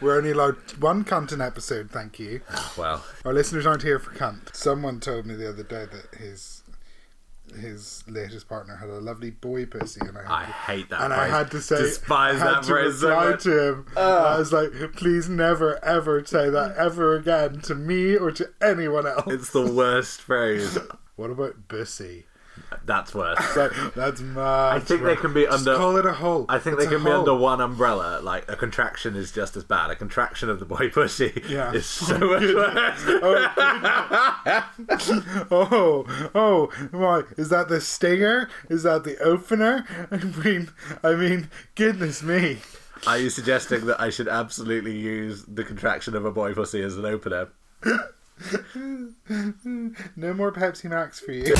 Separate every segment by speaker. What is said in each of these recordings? Speaker 1: We're only allowed one cunt an episode, thank you.
Speaker 2: Wow.
Speaker 1: Our listeners aren't here for cunt. Someone told me the other day that his his latest partner had a lovely boy pussy, and I had
Speaker 2: I
Speaker 1: to,
Speaker 2: hate that
Speaker 1: and I
Speaker 2: phrase.
Speaker 1: had to say,
Speaker 2: Despise
Speaker 1: I had
Speaker 2: that
Speaker 1: to
Speaker 2: phrase so
Speaker 1: reply
Speaker 2: much.
Speaker 1: to him. I was like, please never ever say that ever again to me or to anyone else.
Speaker 2: It's the worst phrase.
Speaker 1: what about bussy?
Speaker 2: That's worse.
Speaker 1: Like, that's mad.
Speaker 2: I think they can be
Speaker 1: Just
Speaker 2: under-
Speaker 1: Call it a hole.
Speaker 2: I think
Speaker 1: It's
Speaker 2: they
Speaker 1: a
Speaker 2: can be
Speaker 1: hole.
Speaker 2: under one umbrella. Like a contraction is just as bad. A contraction of the boy pussy
Speaker 1: Yeah.
Speaker 2: is so much worse.
Speaker 1: Oh, oh, why is that the stinger? Is that the opener? I mean, I mean, goodness me.
Speaker 2: Are you suggesting that I should absolutely use the contraction of a boy pussy as an opener?
Speaker 1: No more Pepsi Max for you.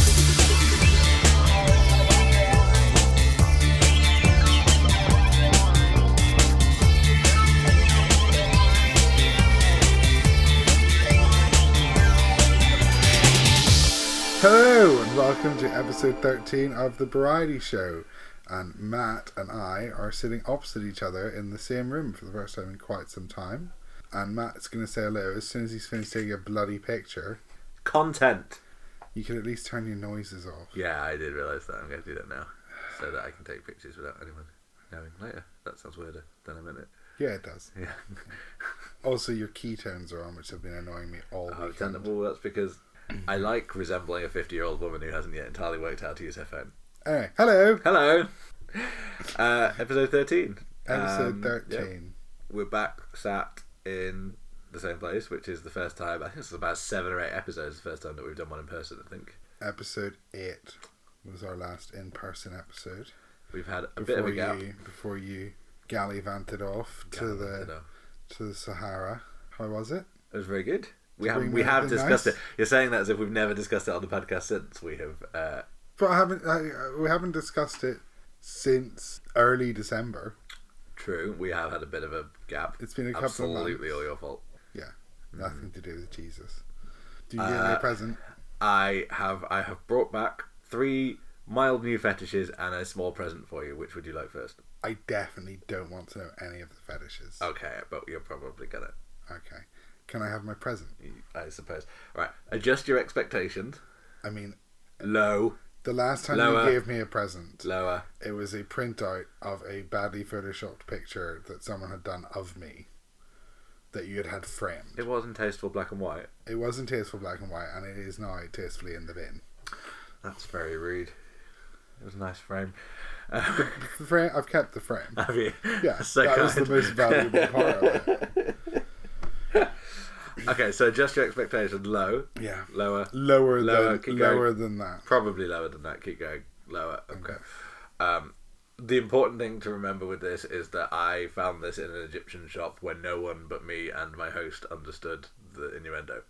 Speaker 1: Hello and welcome to episode 13 of The Variety Show. And Matt and I are sitting opposite each other in the same room for the first time in quite some time. And Matt's going to say hello as soon as he's finished taking a bloody picture.
Speaker 2: Content.
Speaker 1: You can at least turn your noises off.
Speaker 2: Yeah, I did realise that. I'm going to do that now, so that I can take pictures without anyone knowing later. That sounds weirder than I meant it.
Speaker 1: Yeah, it does.
Speaker 2: Yeah.
Speaker 1: Also, your key tones are on, which have been annoying me all
Speaker 2: Oh,
Speaker 1: weekend.
Speaker 2: well, that's because I like resembling a 50 year old woman who hasn't yet entirely worked out how to use her phone.
Speaker 1: Anyway, hello,
Speaker 2: Hello! Uh, episode 13.
Speaker 1: episode
Speaker 2: Um, yeah,
Speaker 1: thirteen.
Speaker 2: we're back sat in the same place, which is the first time, I think it's about seven or eight episodes, the first time that we've done one in person, I think.
Speaker 1: Episode eight was our last in-person episode
Speaker 2: We've had a bit of
Speaker 1: before
Speaker 2: a gap.
Speaker 1: you before you gallivanted off to
Speaker 2: Yeah,
Speaker 1: the
Speaker 2: I know.
Speaker 1: to the Sahara. How was it?
Speaker 2: It was very good. We
Speaker 1: Did
Speaker 2: have
Speaker 1: we
Speaker 2: we
Speaker 1: make
Speaker 2: have
Speaker 1: anything
Speaker 2: discussed
Speaker 1: nice?
Speaker 2: it. You're saying that as if we've never discussed it on the podcast since we have. Uh,
Speaker 1: But I haven't. I, uh, we haven't discussed it since early December.
Speaker 2: true, we have had a bit of a gap.
Speaker 1: It's been a couple of months.
Speaker 2: Absolutely all your fault.
Speaker 1: Nothing to do with Jesus. Do you get me a
Speaker 2: Mm-hmm. Uh,
Speaker 1: present?
Speaker 2: I have I have brought back three mild new fetishes and a small present for you. Which would you like first?
Speaker 1: I definitely don't want to know any of the fetishes.
Speaker 2: Okay, but you're probably gonna.
Speaker 1: Okay. Can I have my present?
Speaker 2: I suppose. Right, adjust your expectations.
Speaker 1: I mean,
Speaker 2: Low,
Speaker 1: the last time
Speaker 2: Lower.
Speaker 1: you gave me a present,
Speaker 2: lower.
Speaker 1: it was a printout of a badly photoshopped picture that someone had done of me that you had had framed.
Speaker 2: It wasn't tasteful black and white.
Speaker 1: It wasn't tasteful black and white, and it is now tastefully in the bin.
Speaker 2: That's very rude. It was a nice frame.
Speaker 1: The frame, I've kept the frame.
Speaker 2: Have you?
Speaker 1: Yeah,
Speaker 2: So
Speaker 1: that was the
Speaker 2: kind.
Speaker 1: most valuable part of it.
Speaker 2: Okay, so adjust your expectations. Low,
Speaker 1: Yeah,
Speaker 2: lower,
Speaker 1: lower,
Speaker 2: Lower,
Speaker 1: than
Speaker 2: keep
Speaker 1: lower than that.
Speaker 2: probably lower than that. Keep going. Lower. Okay. Um, the important thing to remember with this is that I found this in an Egyptian shop where no one but me and my host understood the innuendo.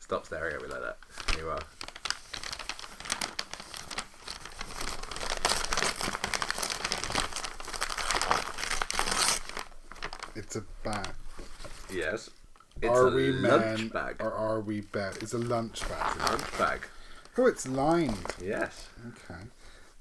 Speaker 2: Stop staring at me like that. There you are.
Speaker 1: It's a bag.
Speaker 2: Yes.
Speaker 1: are we
Speaker 2: lunch
Speaker 1: men
Speaker 2: bag.
Speaker 1: or are we bed? It's a lunch bag.
Speaker 2: Lunch bag.
Speaker 1: Oh, it's lined.
Speaker 2: Yes.
Speaker 1: Okay,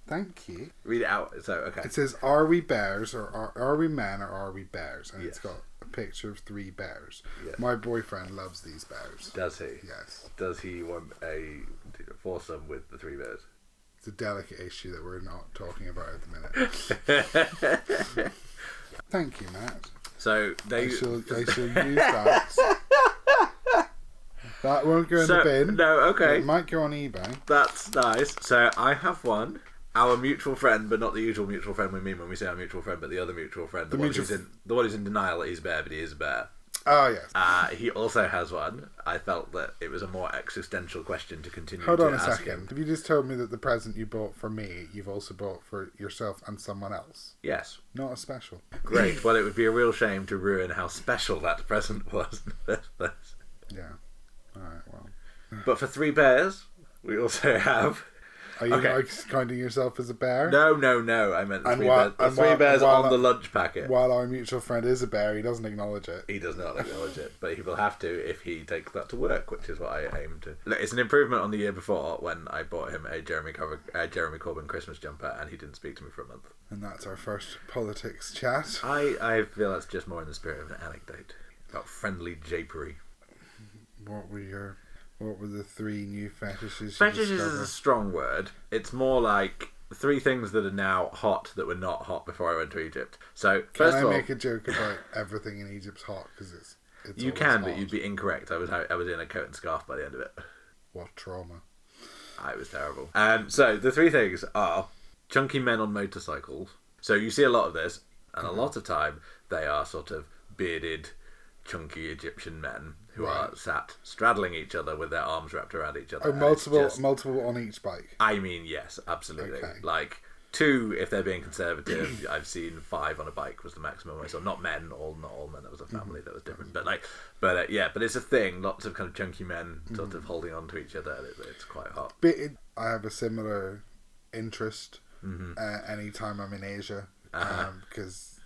Speaker 1: thank you.
Speaker 2: Read it out. So okay.
Speaker 1: It says, "Are we bears or are, are we men or are we bears?" And it's
Speaker 2: Yes.
Speaker 1: got a picture of three bears.
Speaker 2: Yes.
Speaker 1: My boyfriend loves these bears.
Speaker 2: Does he?
Speaker 1: Yes,
Speaker 2: Does he want a foursome with the three bears?
Speaker 1: it's a delicate issue that we're not talking about at the minute. Thank you, Matt.
Speaker 2: So
Speaker 1: I
Speaker 2: they.
Speaker 1: shall, I shall use that. that won't go in
Speaker 2: So,
Speaker 1: the bin.
Speaker 2: no, okay.
Speaker 1: It might go on eBay.
Speaker 2: That's nice. So I have one. Our mutual friend, but not the usual mutual friend we mean when we say our mutual friend, but the other mutual friend, the,
Speaker 1: The
Speaker 2: one
Speaker 1: mutual
Speaker 2: who's in the one who's in denial that he's a bear, but he is a bear.
Speaker 1: Oh yes.
Speaker 2: Uh, he also has one. I felt that it was a more existential question to continue
Speaker 1: Hold
Speaker 2: to
Speaker 1: on a
Speaker 2: ask
Speaker 1: second.
Speaker 2: him.
Speaker 1: Have you just told me that the present you bought for me, you've also bought for yourself and someone else?
Speaker 2: Yes.
Speaker 1: Not a special.
Speaker 2: Great. well, it would be a real shame to ruin how special that present was in the first place.
Speaker 1: Yeah. All right. Well.
Speaker 2: But for three bears, we also have
Speaker 1: Are you
Speaker 2: Okay.
Speaker 1: like counting yourself as a bear?
Speaker 2: No, no, no. I meant the
Speaker 1: And
Speaker 2: three
Speaker 1: wha-
Speaker 2: bears. The
Speaker 1: and
Speaker 2: three
Speaker 1: wha-
Speaker 2: bears
Speaker 1: wha-
Speaker 2: on the lunch packet.
Speaker 1: While our mutual friend is a bear, he doesn't acknowledge it.
Speaker 2: He does not acknowledge it, but he will have to if he takes that to work, which is what I aim to. Look, It's an improvement on the year before when I bought him a Jeremy, Cor- uh, Jeremy Corbyn Christmas jumper and he didn't speak to me for a month.
Speaker 1: And that's our first politics chat.
Speaker 2: I, I feel that's just more in the spirit of an anecdote about friendly japery.
Speaker 1: What were your what were the three new fetishes? you
Speaker 2: Fetishes is
Speaker 1: discovered?
Speaker 2: a strong word. It's more like three things that are now hot that were not hot before I went to Egypt. So,
Speaker 1: Can
Speaker 2: first
Speaker 1: I
Speaker 2: of all,
Speaker 1: make a joke about everything in Egypt's hot? Because it's, it's
Speaker 2: you
Speaker 1: always
Speaker 2: can, but
Speaker 1: hot.
Speaker 2: you'd be incorrect. I was I was in a coat and scarf by the end of it.
Speaker 1: what
Speaker 2: Uh,
Speaker 1: trauma?
Speaker 2: I Ah, was terrible. Um, so the three things are chunky men on motorcycles. So you see a lot of this, and
Speaker 1: Mm-hmm.
Speaker 2: a lot of time they are sort of bearded, chunky Egyptian men who are sat straddling each other with their arms wrapped around each other.
Speaker 1: Oh,
Speaker 2: and it's
Speaker 1: multiple
Speaker 2: just-
Speaker 1: multiple on each bike.
Speaker 2: I mean, yes, absolutely.
Speaker 1: Okay.
Speaker 2: Like two, if they're being conservative, I've seen five on a bike was the maximum I saw. Not men, all not all men. That was a
Speaker 1: Mm-hmm.
Speaker 2: family that was different. But like, but uh, yeah, but it's a thing. Lots of kind of chunky men
Speaker 1: Mm-hmm.
Speaker 2: sort of holding on to each other. and It, it's quite hot.
Speaker 1: But it, I have a similar interest
Speaker 2: Mm-hmm.
Speaker 1: uh, anytime I'm in Asia
Speaker 2: Uh-huh.
Speaker 1: because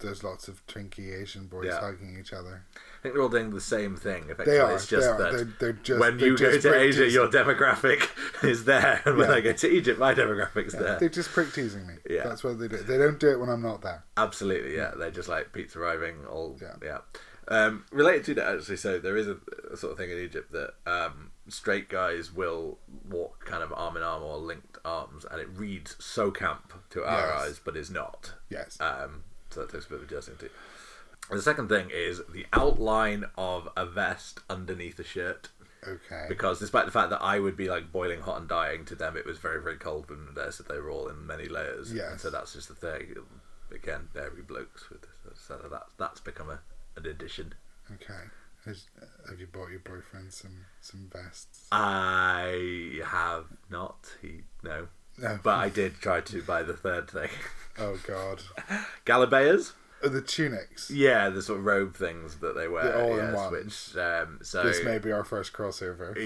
Speaker 1: there's lots of twinkie Asian boys
Speaker 2: Yeah.
Speaker 1: hugging each other.
Speaker 2: I think they're all doing the same thing. Effectively,
Speaker 1: They are.
Speaker 2: it's just
Speaker 1: they are.
Speaker 2: that
Speaker 1: they're, they're just
Speaker 2: when
Speaker 1: they're
Speaker 2: you go
Speaker 1: just
Speaker 2: to
Speaker 1: prick
Speaker 2: Asia,
Speaker 1: teasing-
Speaker 2: your demographic is there, and when
Speaker 1: Yeah.
Speaker 2: I go to Egypt, my demographic's there.
Speaker 1: they're just prick teasing me.
Speaker 2: Yeah.
Speaker 1: that's what they do. They don't do it when I'm not there.
Speaker 2: Absolutely, yeah. They're just like pizza arriving. All yeah.
Speaker 1: Yeah.
Speaker 2: Um, related to that, actually, so there is a, a sort of thing in Egypt that um, straight guys will walk kind of arm in arm or linked arms, and it reads so camp to our
Speaker 1: Yes.
Speaker 2: eyes, but is not.
Speaker 1: Yes.
Speaker 2: Um, so that takes a bit of adjusting to. The second thing is the outline of a vest underneath a shirt.
Speaker 1: okay.
Speaker 2: Because despite the fact that I would be like boiling hot and dying to them, it was very, very cold when we were there, so they were all in many layers.
Speaker 1: Yes.
Speaker 2: And so that's just the thing. Again, dairy blokes with this. So that, that's become a, an addition.
Speaker 1: Okay. Has, have you bought your boyfriend some some vests?
Speaker 2: I have not. He, no.
Speaker 1: No.
Speaker 2: But I did try to buy the third thing.
Speaker 1: Oh God.
Speaker 2: Galabeas?
Speaker 1: Oh, the tunics.
Speaker 2: Yeah, the sort of robe things that they wear.
Speaker 1: The
Speaker 2: yes,
Speaker 1: all-in-ones.
Speaker 2: which, um, so
Speaker 1: This may be our first crossover.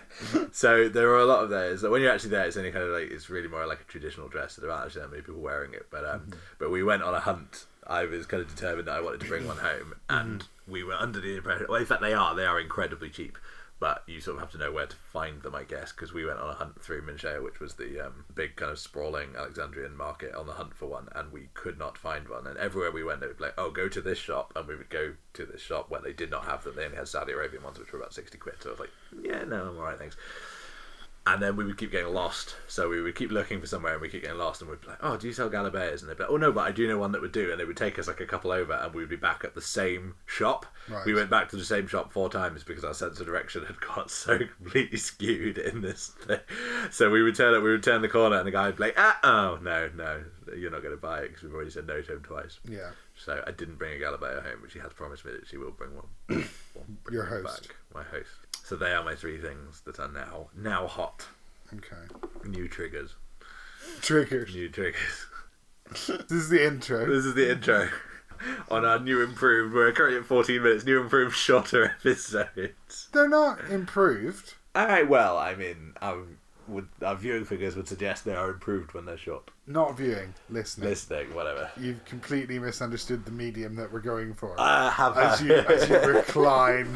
Speaker 2: Yeah. so there are a lot of those. When you're actually there, it's only kind of like it's really more like a traditional dress. So there aren't actually that many people wearing it. But um, but we went on a hunt. I was kind of determined that I wanted to bring one home, and we were under the impression. Well, in fact, they are. They are incredibly cheap. But you sort of have to know where to find them, I guess, because we went on a hunt through Minshaya, which was the um, big kind of sprawling Alexandrian market, on the hunt for one, and we could not find one. And everywhere we went, they would be like, "Oh, go to this shop," and we would go to this shop where they did not have them. They only had Saudi Arabian ones, which were about sixty quid. So I was like, "Yeah, no, I'm alright, thanks." And then we would keep getting lost. So we would keep looking for somewhere and we keep getting lost. And we'd be like, oh, do you sell Galabeas? And they'd be like, oh, no, but I do know one that would do. And it would take us like a couple over and we'd be back at the same shop.
Speaker 1: Right.
Speaker 2: We went back to the same shop four times because our sense of direction had got so completely skewed in this thing. So we would turn it, we would turn the corner and the guy would be like, ah, oh, no, no, you're not going to buy it because we've already said no to him twice.
Speaker 1: Yeah.
Speaker 2: So I didn't bring a Galabea home, but she has promised me that she will bring one. Well, bring
Speaker 1: Your
Speaker 2: one
Speaker 1: host.
Speaker 2: Back, my host. So they are my three things that are now now hot.
Speaker 1: Okay.
Speaker 2: New triggers.
Speaker 1: Triggers.
Speaker 2: New triggers.
Speaker 1: This is the intro.
Speaker 2: This is the intro on our new improved. We're currently at 14 minutes. New improved shorter episodes.
Speaker 1: They're not improved.
Speaker 2: All right. Well, I mean, our, would, our viewing figures would suggest they are improved when they're short.
Speaker 1: Not viewing. Listening.
Speaker 2: Listening, whatever.
Speaker 1: You've completely misunderstood the medium that we're going for.
Speaker 2: I have
Speaker 1: as you as you recline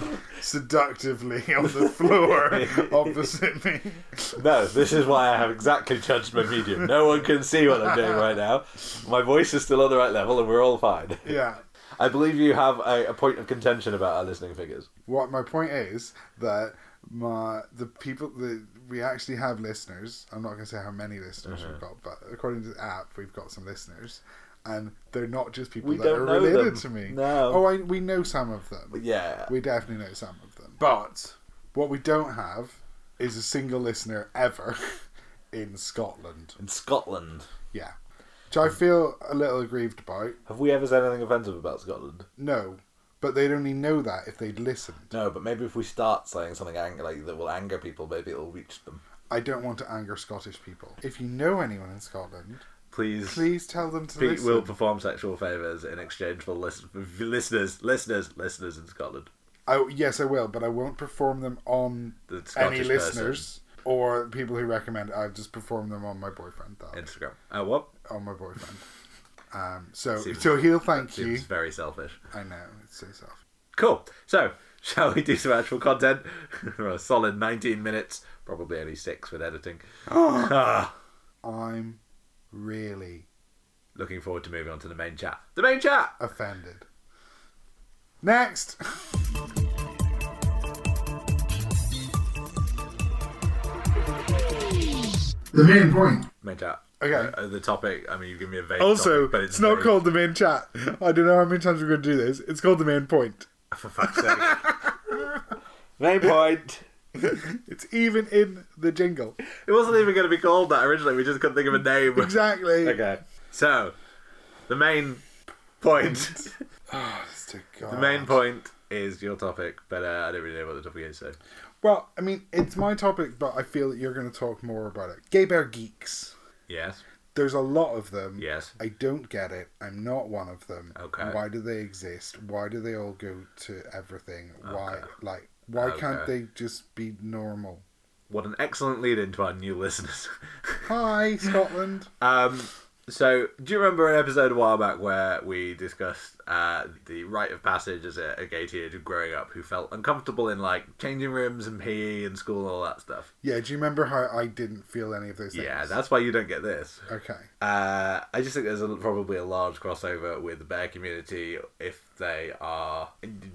Speaker 1: seductively on the floor opposite me.
Speaker 2: No, this is why I have exactly judged my medium. No one can see what I'm doing right now. My voice is still on the right level, and we're all fine.
Speaker 1: Yeah.
Speaker 2: I believe you have a, a point of contention about our listening figures.
Speaker 1: What my point is that my the people that we actually have listeners. I'm not going to say how many listeners
Speaker 2: Uh-huh.
Speaker 1: we've got, but according to the app, we've got some listeners, and they're not just people
Speaker 2: We
Speaker 1: that
Speaker 2: don't
Speaker 1: are
Speaker 2: know
Speaker 1: related
Speaker 2: them.
Speaker 1: to me.
Speaker 2: No.
Speaker 1: Oh, I, we know some of them.
Speaker 2: Yeah.
Speaker 1: We definitely know some of them. But what we don't have is a single listener ever in Scotland.
Speaker 2: In Scotland.
Speaker 1: Yeah. Which
Speaker 2: Mm.
Speaker 1: I feel a little aggrieved about.
Speaker 2: Have we ever said anything offensive about Scotland?
Speaker 1: No. But they'd only know that if they'd listened.
Speaker 2: No, but maybe if we start saying something anger like that will anger people, maybe it'll reach them.
Speaker 1: I don't want to anger Scottish people. If you know anyone in Scotland,
Speaker 2: Please,
Speaker 1: please tell them to
Speaker 2: Pete
Speaker 1: listen.
Speaker 2: will perform sexual favors in exchange for lis- listeners, listeners, listeners in Scotland.
Speaker 1: I, yes, I will, but I won't perform them on
Speaker 2: The Scottish
Speaker 1: any listeners. Or people who recommend I just perform them on my boyfriend. That'll be-
Speaker 2: Instagram. Oh, what?
Speaker 1: on my boyfriend. Um, so
Speaker 2: Seems-
Speaker 1: so he'll thank you.
Speaker 2: Seems very selfish.
Speaker 1: I know it's so soft.
Speaker 2: Cool. So, shall we do some actual content? We're a solid 19 minutes, probably only six with editing.
Speaker 1: Oh.
Speaker 2: Ah,
Speaker 1: I'm really
Speaker 2: Looking forward to moving on to the main chat. The main chat!
Speaker 1: offended. Next. The main point.
Speaker 2: Main chat.
Speaker 1: Okay.
Speaker 2: Uh, the topic, I mean, you give me a vague
Speaker 1: Also,
Speaker 2: topic, but
Speaker 1: it's not
Speaker 2: very-
Speaker 1: called the main chat. I don't know how many times we're going to do this. It's called the main point.
Speaker 2: For fuck's sake. main point.
Speaker 1: It's even in the jingle.
Speaker 2: It wasn't even going to be called that originally. We just couldn't think of a name.
Speaker 1: Exactly.
Speaker 2: Okay. So, the main point.
Speaker 1: Oh, that's too
Speaker 2: the main point is your topic, but uh, I don't really know what the topic is, so.
Speaker 1: Well, I mean, it's my topic, but I feel that you're going to talk more about it. Gay bear geeks.
Speaker 2: Yes.
Speaker 1: There's a lot of them.
Speaker 2: Yes.
Speaker 1: I don't get it. I'm not one of them.
Speaker 2: Okay.
Speaker 1: Why do they exist? Why do they all go to everything? Why, like, why can't
Speaker 2: Okay.
Speaker 1: they just be normal?
Speaker 2: What an excellent lead into our new listeners.
Speaker 1: Hi, Scotland.
Speaker 2: um, so, do you remember an episode a while back where we discussed uh, the rite of passage as a, a gay teenager growing up who felt uncomfortable in like changing rooms and PE and school and all that stuff?
Speaker 1: yeah. Do you remember how I didn't feel any of those things?
Speaker 2: Yeah, that's why you don't get this.
Speaker 1: okay.
Speaker 2: Uh, I just think there's a, probably a large crossover with the bear community if they are.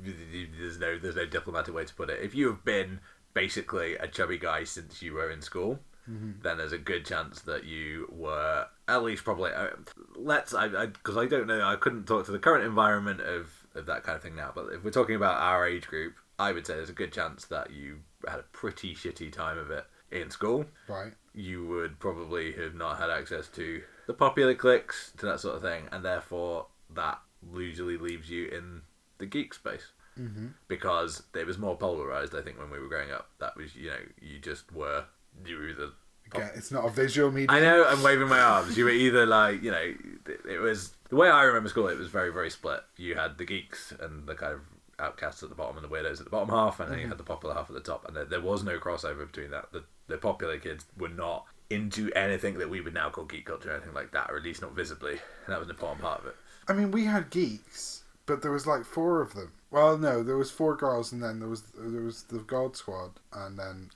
Speaker 2: There's no there's no diplomatic way to put it. If you have been basically a chubby guy since you were in school, then there's a good chance that you were at least probably. Uh, let's I because I, don't know. I couldn't talk to the current environment of of that kind of thing now. But if we're talking about our age group, I would say there's a good chance that you had a pretty shitty time of it in school
Speaker 1: Right.
Speaker 2: you would probably have not had access to the popular clicks to that sort of thing, and therefore that usually leaves you in the geek space mm-hmm. because it was more polarized. I think when we were growing up, that was you know you just were you were the
Speaker 1: Okay. It's not a visual medium.
Speaker 2: I know I'm waving my arms. You were either like you know it- it was the way I remember school. It was very very split. You had the geeks and the kind of outcasts at the bottom and the weirdos at the bottom half, and then you had the popular half at the top. And there, there was no crossover between that. The the popular kids were not into anything that we would now call geek culture or anything like that, or at least not visibly. And that was the important part of it.
Speaker 1: I mean, we had geeks, but there was like four of them. Well, no, there was four girls, and then there was there was the God Squad, and then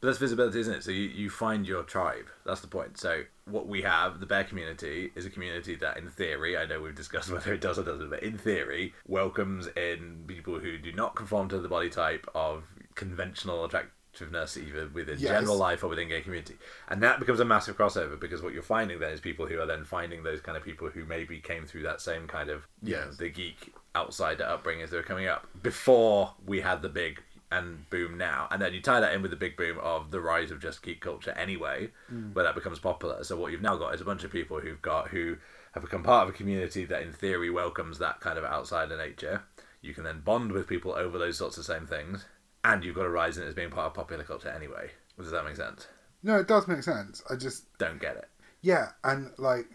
Speaker 2: But that's visibility, isn't it? So you, you find your tribe. That's the point. So what we have, the bear community, is a community that, in theory, I know we've discussed whether it does or doesn't, but in theory, welcomes in people who do not conform to the body type of conventional attractiveness, either within
Speaker 1: Yes.
Speaker 2: general life or within gay community. And that becomes a massive crossover because what you're finding then is people who are then finding those kind of people who maybe came through that same kind of, you know,
Speaker 1: Yes.
Speaker 2: the geek outside upbringing as they were coming up before we had the big and boom now and then you tie that in with the big boom of the rise of just geek culture anyway
Speaker 1: Mm.
Speaker 2: where that becomes popular so what you've now got is a bunch of people who've got who have become part of a community that in theory welcomes that kind of outsider nature you can then bond with people over those sorts of same things and you've got a rise in it as being part of popular culture anyway does that make sense
Speaker 1: no, it does make sense. I just
Speaker 2: don't get it
Speaker 1: yeah, and like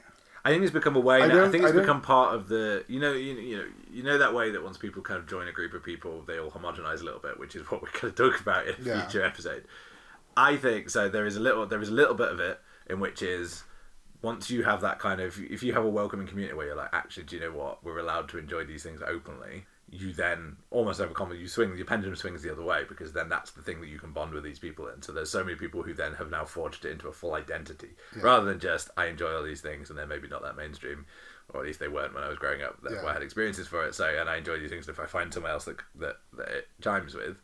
Speaker 2: I think it's become a way.
Speaker 1: I
Speaker 2: I, now. I
Speaker 1: don't-
Speaker 2: think it's
Speaker 1: I don't-
Speaker 2: become part of the. You know, you, you know, you know that way that once people kind of join a group of people, they all homogenize a little bit, which is what we're going to talk about in a
Speaker 1: Yeah.
Speaker 2: future episode. I think so. There is a little. There is a little bit of it in which is once you have that kind of, if you have a welcoming community where you're like, actually, do you know what? We're allowed to enjoy these things openly. You then almost overcome. You swing your pendulum swings the other way because then that's the thing that you can bond with these people in. So there's so many people who then have now forged it into a full identity rather than just I enjoy all these things and they're maybe not that mainstream, or at least they weren't when I was growing up. That's
Speaker 1: Yeah.
Speaker 2: why I had experiences for it. So and I enjoy these things. And if I find someone else that that, that it chimes with,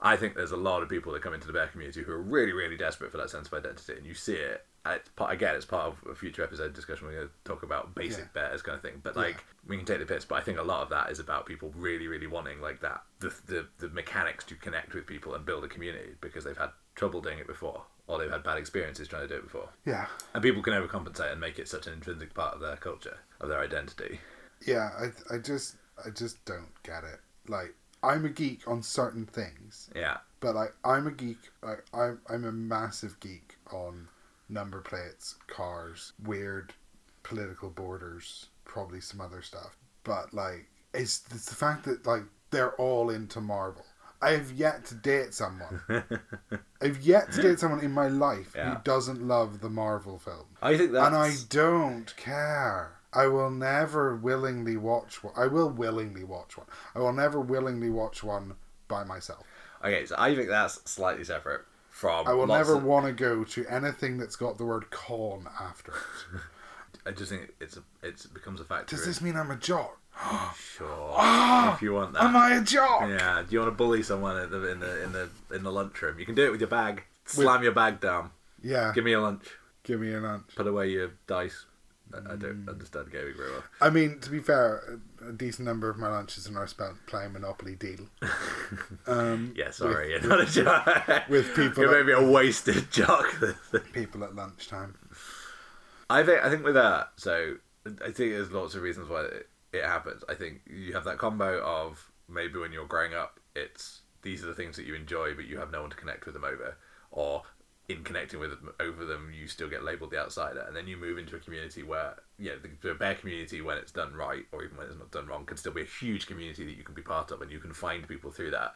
Speaker 2: I think there's a lot of people that come into the bear community who are really, really desperate for that sense of identity, and you see it. And It's part, again, it's part of a future episode discussion. We're going to talk about basic
Speaker 1: Yeah.
Speaker 2: bears kind of thing, but like we can take the piss. But I think a lot of that is about people really, really wanting like that the the, the mechanics to connect with people and build a community because they've had trouble doing it before, or they've had bad experiences trying to do it before,
Speaker 1: yeah,
Speaker 2: and people can overcompensate and make it such an intrinsic part of their culture, of their identity.
Speaker 1: yeah, I I just I just don't get it. Like I'm a geek on certain things,
Speaker 2: Yeah,
Speaker 1: but like I'm a geek. Like I'm I'm a massive geek on number plates, cars, weird political borders, probably some other stuff. But like it's, it's the fact that like they're all into Marvel. I have yet to date someone. I've yet to date someone in my life
Speaker 2: Yeah.
Speaker 1: who doesn't love the Marvel film.
Speaker 2: I think that's.
Speaker 1: And I don't care. I will never willingly watch one. I will willingly watch one. I will never willingly watch one by myself.
Speaker 2: Okay, so I think that's slightly separate from.
Speaker 1: I will
Speaker 2: lots
Speaker 1: never
Speaker 2: of-
Speaker 1: want to go to anything that's got the word con after it.
Speaker 2: I just think it's a, it's it becomes a factor.
Speaker 1: Does
Speaker 2: in-
Speaker 1: this mean I'm a jock?
Speaker 2: Sure. if you want that.
Speaker 1: Am I a jock?
Speaker 2: Yeah. Do you want to bully someone in the in the in the in the lunchroom? You can do it with your bag. Slam your bag down.
Speaker 1: Yeah,
Speaker 2: Give me a lunch.
Speaker 1: give me an lunch.
Speaker 2: Put away your dice. I, I
Speaker 1: Mm.
Speaker 2: don't understand gaming very well.
Speaker 1: I mean, to be fair, a decent number of my lunches are now spent playing Monopoly Deal. um,
Speaker 2: Yeah, sorry, you're not a jock.
Speaker 1: with people
Speaker 2: you're
Speaker 1: that-
Speaker 2: maybe a wasted jock.
Speaker 1: People at lunchtime.
Speaker 2: I think I think with that, so I think there's lots of reasons why it, it happens. I think you have that combo of maybe when you're growing up, it's these are the things that you enjoy, but you have no one to connect with them over, or in connecting with them over them, you still get labelled the outsider, and then you move into a community where yeah, the, the bear community when it's done right or even when it's not done wrong can still be a huge community that you can be part of, and you can find people through that,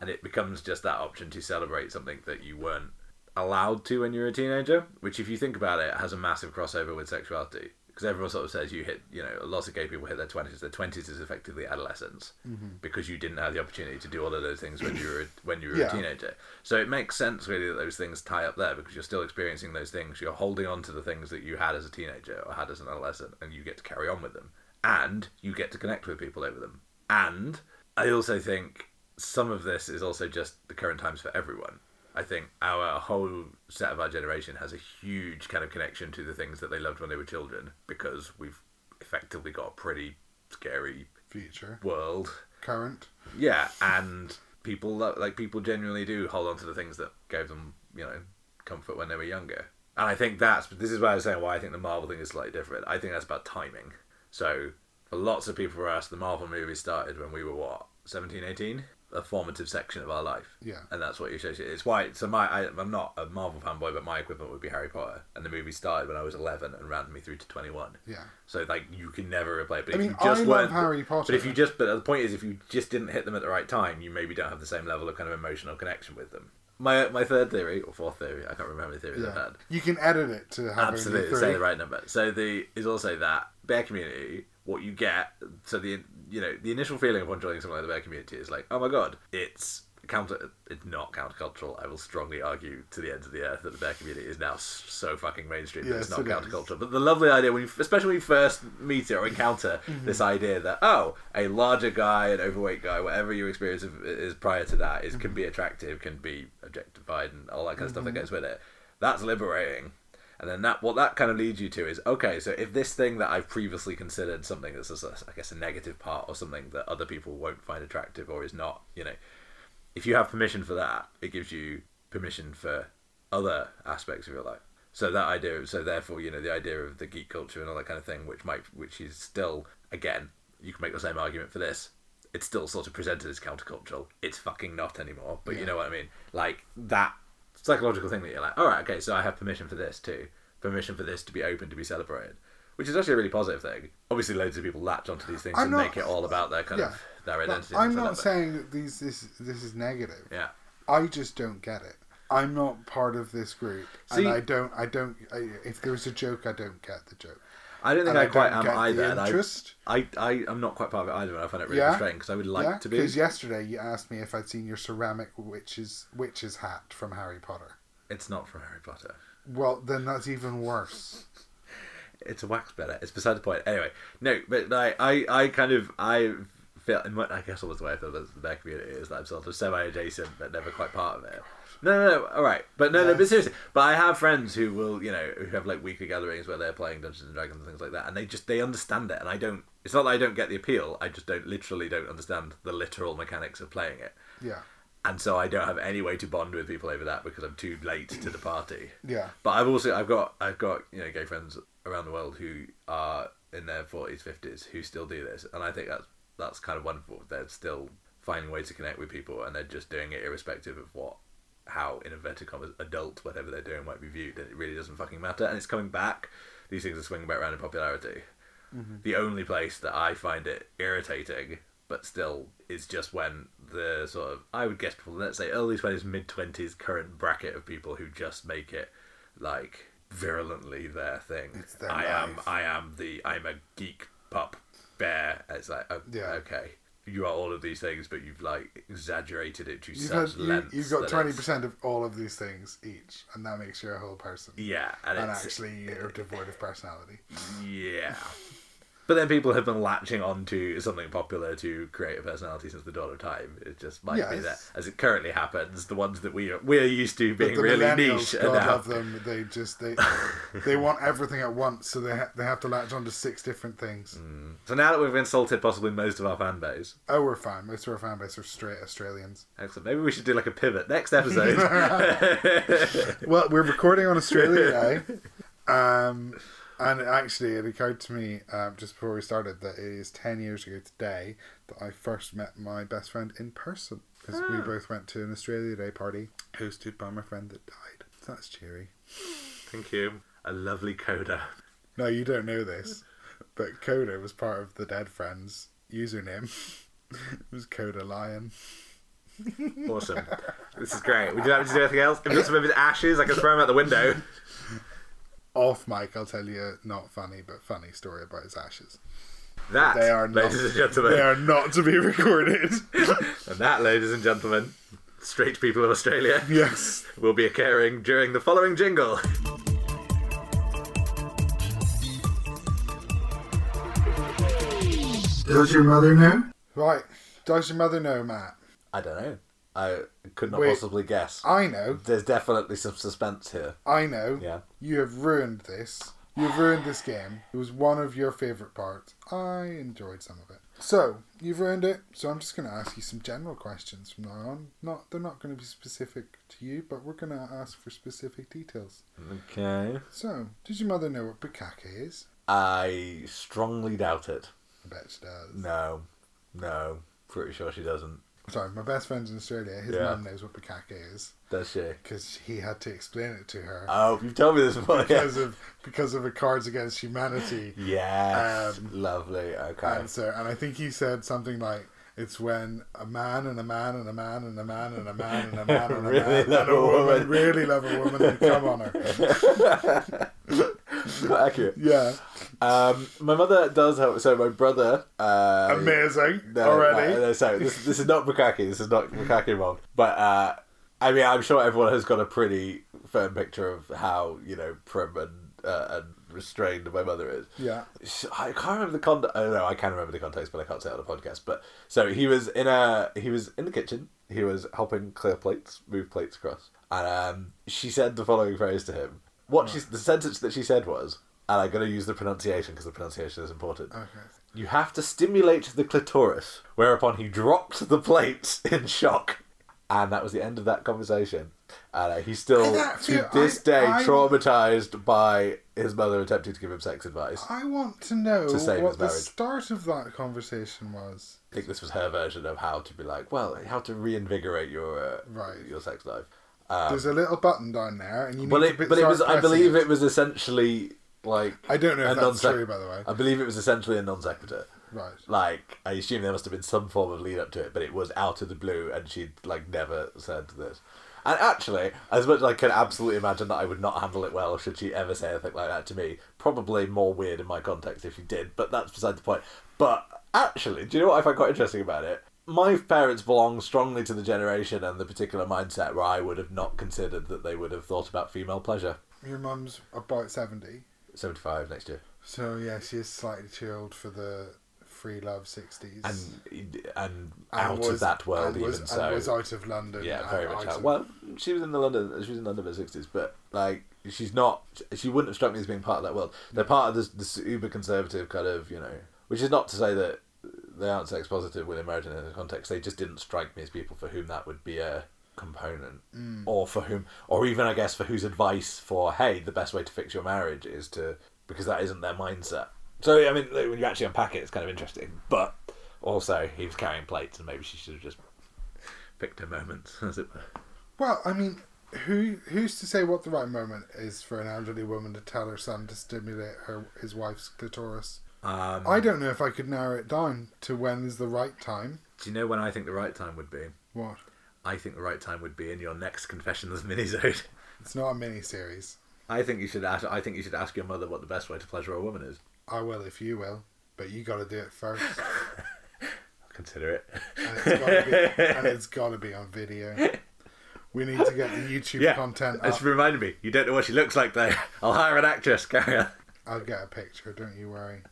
Speaker 2: and it becomes just that option to celebrate something that you weren't allowed to when you're a teenager, which, if you think about it, has a massive crossover with sexuality. Because everyone sort of says you hit, you know, lots of gay people hit their 20s. Their 20s is effectively adolescence because you didn't have the opportunity to do all of those things when you were, when you were
Speaker 1: Yeah.
Speaker 2: a teenager. So it makes sense, really, that those things tie up there because you're still experiencing those things. You're holding on to the things that you had as a teenager or had as an adolescent, and you get to carry on with them. And you get to connect with people over them. And I also think some of this is also just the current times for everyone. I think our whole set of our generation has a huge kind of connection to the things that they loved when they were children because we've effectively got a pretty scary
Speaker 1: Future.
Speaker 2: world.
Speaker 1: Current.
Speaker 2: Yeah, and people lo- like people genuinely do hold on to the things that gave them you know comfort when they were younger. And I think that's this is why I was saying why I think the Marvel thing is slightly different. I think that's about timing. So for lots of people for us, the Marvel movies started when we were what 17, 18? a formative section of our life.
Speaker 1: Yeah.
Speaker 2: and that's what you associate. It's why. So my I, I'm not a Marvel fanboy, but my equivalent would be Harry Potter, and the movie started when I was 11 and ran me through to 21.
Speaker 1: Yeah.
Speaker 2: So like you can never replay. But
Speaker 1: I
Speaker 2: if
Speaker 1: mean,
Speaker 2: you just
Speaker 1: I love
Speaker 2: weren't,
Speaker 1: Harry Potter.
Speaker 2: But if you just, but the point is, if you just didn't hit them at the right time, you maybe don't have the same level of kind of emotional connection with them. My my third theory or fourth theory, I can't remember the theory that I
Speaker 1: Yeah.
Speaker 2: had.
Speaker 1: You can edit it to have
Speaker 2: Absolutely,
Speaker 1: Only
Speaker 2: say
Speaker 1: three.
Speaker 2: the right number. So the is also that bear community. What you get, so the you know the initial feeling upon joining something like the bear community is like, oh my god, it's counter. It's not countercultural. I will strongly argue to the ends of the earth that the bear community is now s- so fucking mainstream that it's
Speaker 1: Yes,
Speaker 2: not
Speaker 1: it is.
Speaker 2: countercultural. But the lovely idea, when you, especially when you first meet it or encounter this idea that oh, a larger guy, an overweight guy, whatever your experience of, is prior to that, is can be attractive, can be objectified, and all that kind of stuff that goes with it. That's liberating. And then that what that kind of leads you to is okay. So if this thing that I've previously considered something that's a, I guess a negative part or something that other people won't find attractive or is not, you know, if you have permission for that, it gives you permission for other aspects of your life. So that idea, so therefore, you know, the idea of the geek culture and all that kind of thing, which might, which is still, again, you can make the same argument for this. It's still sort of presented as countercultural. It's fucking not anymore. But you know what I mean? Like that psychological thing that you're like, all right, okay, so I have permission for this too. Permission for this to be open to be celebrated, which is actually a really positive thing. Obviously, loads of people latch onto these things
Speaker 1: I'm
Speaker 2: and
Speaker 1: not-
Speaker 2: make it all about their kind
Speaker 1: Yeah.
Speaker 2: of their
Speaker 1: But
Speaker 2: identity. and
Speaker 1: I'm
Speaker 2: stuff
Speaker 1: not
Speaker 2: like that,
Speaker 1: saying that these this this is negative.
Speaker 2: but- yeah.
Speaker 1: I just don't get it. I'm not part of this group,
Speaker 2: See-
Speaker 1: and I don't. I don't. I, if there's a joke, I don't get the joke.
Speaker 2: I don't think
Speaker 1: And
Speaker 2: I,
Speaker 1: I
Speaker 2: quite
Speaker 1: don't
Speaker 2: am
Speaker 1: get the
Speaker 2: either. And I,
Speaker 1: interest.
Speaker 2: I, I, am not quite part of it either, and I find it really
Speaker 1: Yeah.
Speaker 2: frustrating because I would like
Speaker 1: yeah,
Speaker 2: to be.
Speaker 1: because yesterday you asked me if I'd seen your ceramic witch's witch's hat from Harry Potter.
Speaker 2: It's not from Harry Potter.
Speaker 1: Well, then that's even worse.
Speaker 2: It's a wax better. It's beside the point. Anyway, no, but like, I, I kind of, I feel, and what I guess all the way I feel about the bear community is that I'm sort of semi-adjacent but never quite part of it. No, no, no. All right, but no, no. But
Speaker 1: Yes.
Speaker 2: seriously, but I have friends who will, you know, who have like weekly gatherings where they're playing Dungeons and Dragons and things like that, and they just they understand it, and I don't. It's not that I don't get the appeal. I just don't literally don't understand the literal mechanics of playing it.
Speaker 1: Yeah,
Speaker 2: and so I don't have any way to bond with people over that because I'm too late to the party.
Speaker 1: yeah,
Speaker 2: But I've also I've got I've got you know gay friends around the world who are in their forties, fifties who still do this, and I think that's that's kind of wonderful. They're still finding ways to connect with people, and they're just doing it irrespective of what how in inverted commas adult whatever they're doing might be viewed, and it really doesn't fucking matter. And it's coming back. These things are swinging back around in popularity.
Speaker 1: Mm-hmm.
Speaker 2: The only place that I find it irritating, but still, is just when the sort of I would guess people let's say early twenties, mid twenties, current bracket of people who just make it like virulently their thing.
Speaker 1: It's their
Speaker 2: I am
Speaker 1: life.
Speaker 2: I am the I'm a geek pup bear. It's like oh,
Speaker 1: Yeah.
Speaker 2: okay. You are all of these things, but you've like exaggerated it to
Speaker 1: You've, had,
Speaker 2: such
Speaker 1: you,
Speaker 2: lengths.
Speaker 1: you've got
Speaker 2: that
Speaker 1: twenty
Speaker 2: it's-
Speaker 1: percent of all of these things each, and that makes you a whole person.
Speaker 2: Yeah, and,
Speaker 1: and
Speaker 2: it's,
Speaker 1: actually, you're devoid of personality.
Speaker 2: Yeah. But then people have been latching on to something popular to create a personality since the dawn of time. It just might be
Speaker 1: Yes.
Speaker 2: that, as it currently happens, the ones that we are, we are used to being
Speaker 1: the
Speaker 2: really niche
Speaker 1: millennials,
Speaker 2: are
Speaker 1: God
Speaker 2: now
Speaker 1: love them. They just they they want everything at once, so they ha- they have to latch on to six different things.
Speaker 2: So now that we've insulted possibly most of our fan base,
Speaker 1: Oh, we're fine. Most of our fan base are straight Australians.
Speaker 2: excellent. Maybe we should do like a pivot next episode.
Speaker 1: well, we're recording on Australia Day, um, and actually, it occurred to me um, just before we started that it is ten years ago today that I first met my best friend in person because we both went to an Australia Day party hosted by my friend that died. That's cheery.
Speaker 2: Thank you. A lovely coda.
Speaker 1: No, you don't know this, but Coda was part of the Dead Friends username. it was Coda Lion.
Speaker 2: Awesome. this is great. Would you like me to do anything else? If you want to move his ashes, I can throw him out the window.
Speaker 1: Off mic, I'll tell you a not funny but funny story about his ashes.
Speaker 2: That,
Speaker 1: They are not.
Speaker 2: ladies and gentlemen,
Speaker 1: They are not to be recorded.
Speaker 2: and that, ladies and gentlemen, straight people of Australia.
Speaker 1: yes.
Speaker 2: will be occurring during the following jingle.
Speaker 1: Does your mother know? Right. Does your mother know, Matt?
Speaker 2: I don't know. I could not
Speaker 1: Wait.
Speaker 2: possibly guess.
Speaker 1: I know.
Speaker 2: There's definitely some suspense here.
Speaker 1: I know.
Speaker 2: Yeah.
Speaker 1: You have ruined this. You've ruined this game. It was one of your favourite parts. I enjoyed some of it. So, you've ruined it, so I'm just going to ask you some general questions from now on. Not They're not going to be specific to you, but we're going to ask for specific details.
Speaker 2: Okay.
Speaker 1: So, did your mother know what bukake is?
Speaker 2: I strongly doubt it.
Speaker 1: I bet she does.
Speaker 2: No. No. Pretty sure she doesn't.
Speaker 1: Sorry, my best friend's in Australia. His
Speaker 2: Yeah.
Speaker 1: mum knows what bukake is
Speaker 2: Does she?
Speaker 1: because he had to explain it to her
Speaker 2: Oh, you've told me this before.
Speaker 1: because of because of a Cards Against Humanity
Speaker 2: Yes.
Speaker 1: Um,
Speaker 2: Lovely. Okay.
Speaker 1: And so, and I think he said something like, "It's when a man and a man and a man and a man and a man and a man and a
Speaker 2: Really
Speaker 1: man
Speaker 2: love
Speaker 1: and
Speaker 2: a
Speaker 1: a woman
Speaker 2: woman."
Speaker 1: really love a woman and come on her."
Speaker 2: Quite accurate.
Speaker 1: Yeah,
Speaker 2: Um, my mother does help. So my brother. Uh,
Speaker 1: amazing
Speaker 2: No,
Speaker 1: already.
Speaker 2: No, no, sorry. This, this is not Bukaki. This is not Bukaki involved. But uh, I mean, I'm sure everyone has got a pretty firm picture of how you know prim and uh, and restrained my mother is.
Speaker 1: Yeah,
Speaker 2: Sh- I can't remember the con. Oh no, I can remember the context, but I can't say it on the podcast. But so he was in a he was in the kitchen. He was helping clear plates, move plates across, and um, she said the following phrase to him. What she the sentence that she said was, and I'm going to use the pronunciation because the pronunciation is important.
Speaker 1: okay.
Speaker 2: You have to stimulate the clitoris, whereupon he dropped the plates in shock. And that was the end of that conversation. And uh, he's still,
Speaker 1: I don't
Speaker 2: to
Speaker 1: feel-
Speaker 2: this
Speaker 1: I-
Speaker 2: day,
Speaker 1: I-
Speaker 2: traumatized by his mother attempting to give him sex advice. I
Speaker 1: I want to know
Speaker 2: To save
Speaker 1: what
Speaker 2: his
Speaker 1: the
Speaker 2: marriage.
Speaker 1: start of that conversation was.
Speaker 2: think this was her version of how to be like, well, how to reinvigorate your uh,
Speaker 1: Right.
Speaker 2: your sex life.
Speaker 1: There's a little button down there, and you
Speaker 2: Um, Well,
Speaker 1: need
Speaker 2: it,
Speaker 1: to. be-
Speaker 2: but it
Speaker 1: start
Speaker 2: was, I
Speaker 1: pressing
Speaker 2: believe, it was essentially like
Speaker 1: I don't know
Speaker 2: a
Speaker 1: if that's
Speaker 2: non-sequ-
Speaker 1: true, by the way.
Speaker 2: I believe it was essentially a non sequitur.
Speaker 1: Right.
Speaker 2: like I assume there must have been some form of lead up to it, but it was out of the blue, and she'd like never said this. And actually, as much as I can absolutely imagine that I would not handle it well should she ever say anything like that to me, probably more weird in my context if she did, but that's beside the point. But actually, do you know what I find quite interesting about it? My parents belong strongly to the generation and the particular mindset where I would have not considered that they would have thought about female pleasure.
Speaker 1: Your mum's about seventy,
Speaker 2: 75 next year.
Speaker 1: so yeah, she is slightly too old for the free love sixties.
Speaker 2: And, and
Speaker 1: and
Speaker 2: out of
Speaker 1: was-
Speaker 2: that world,
Speaker 1: and was,
Speaker 2: even
Speaker 1: and
Speaker 2: so.
Speaker 1: was out of London.
Speaker 2: Yeah,
Speaker 1: and
Speaker 2: very much.
Speaker 1: out
Speaker 2: Out.
Speaker 1: of-
Speaker 2: Well, she was in the London. She was in London in the sixties, but like she's not. She wouldn't have struck me as being part of that world. They're part of this, this uber conservative kind of you know, which is not to say that they aren't sex positive within marriage and in the context. They just didn't strike me as people for whom that would be a component, or for whom, or even I guess for whose advice for hey, the best way to fix your marriage is to because that isn't their mindset. So I mean, like, when you actually unpack it, it's kind of interesting, but. Also, he was carrying plates, and maybe she should have just picked her moments, as it were.
Speaker 1: Well, I mean, who who's to say what the right moment is for an elderly woman to tell her son to stimulate her his wife's clitoris?
Speaker 2: Um,
Speaker 1: I don't know if I could narrow it down to when is the right time.
Speaker 2: Do you know when I think the right time would be?
Speaker 1: What?
Speaker 2: I think the right time would be in your next Confessions minisode.
Speaker 1: It's not a mini series.
Speaker 2: I think you should ask. I think you should ask your mother what the best way to pleasure a woman is.
Speaker 1: I will Ah, if you will, but you got to do it first.
Speaker 2: Consider it.
Speaker 1: and it's gotta be, and it's gotta be on video. We need to get the YouTube
Speaker 2: yeah,
Speaker 1: content uh, up.
Speaker 2: It's reminded me. You don't know what she looks like, though. I'll hire an actress. Carry on.
Speaker 1: I'll get a picture. Don't you worry.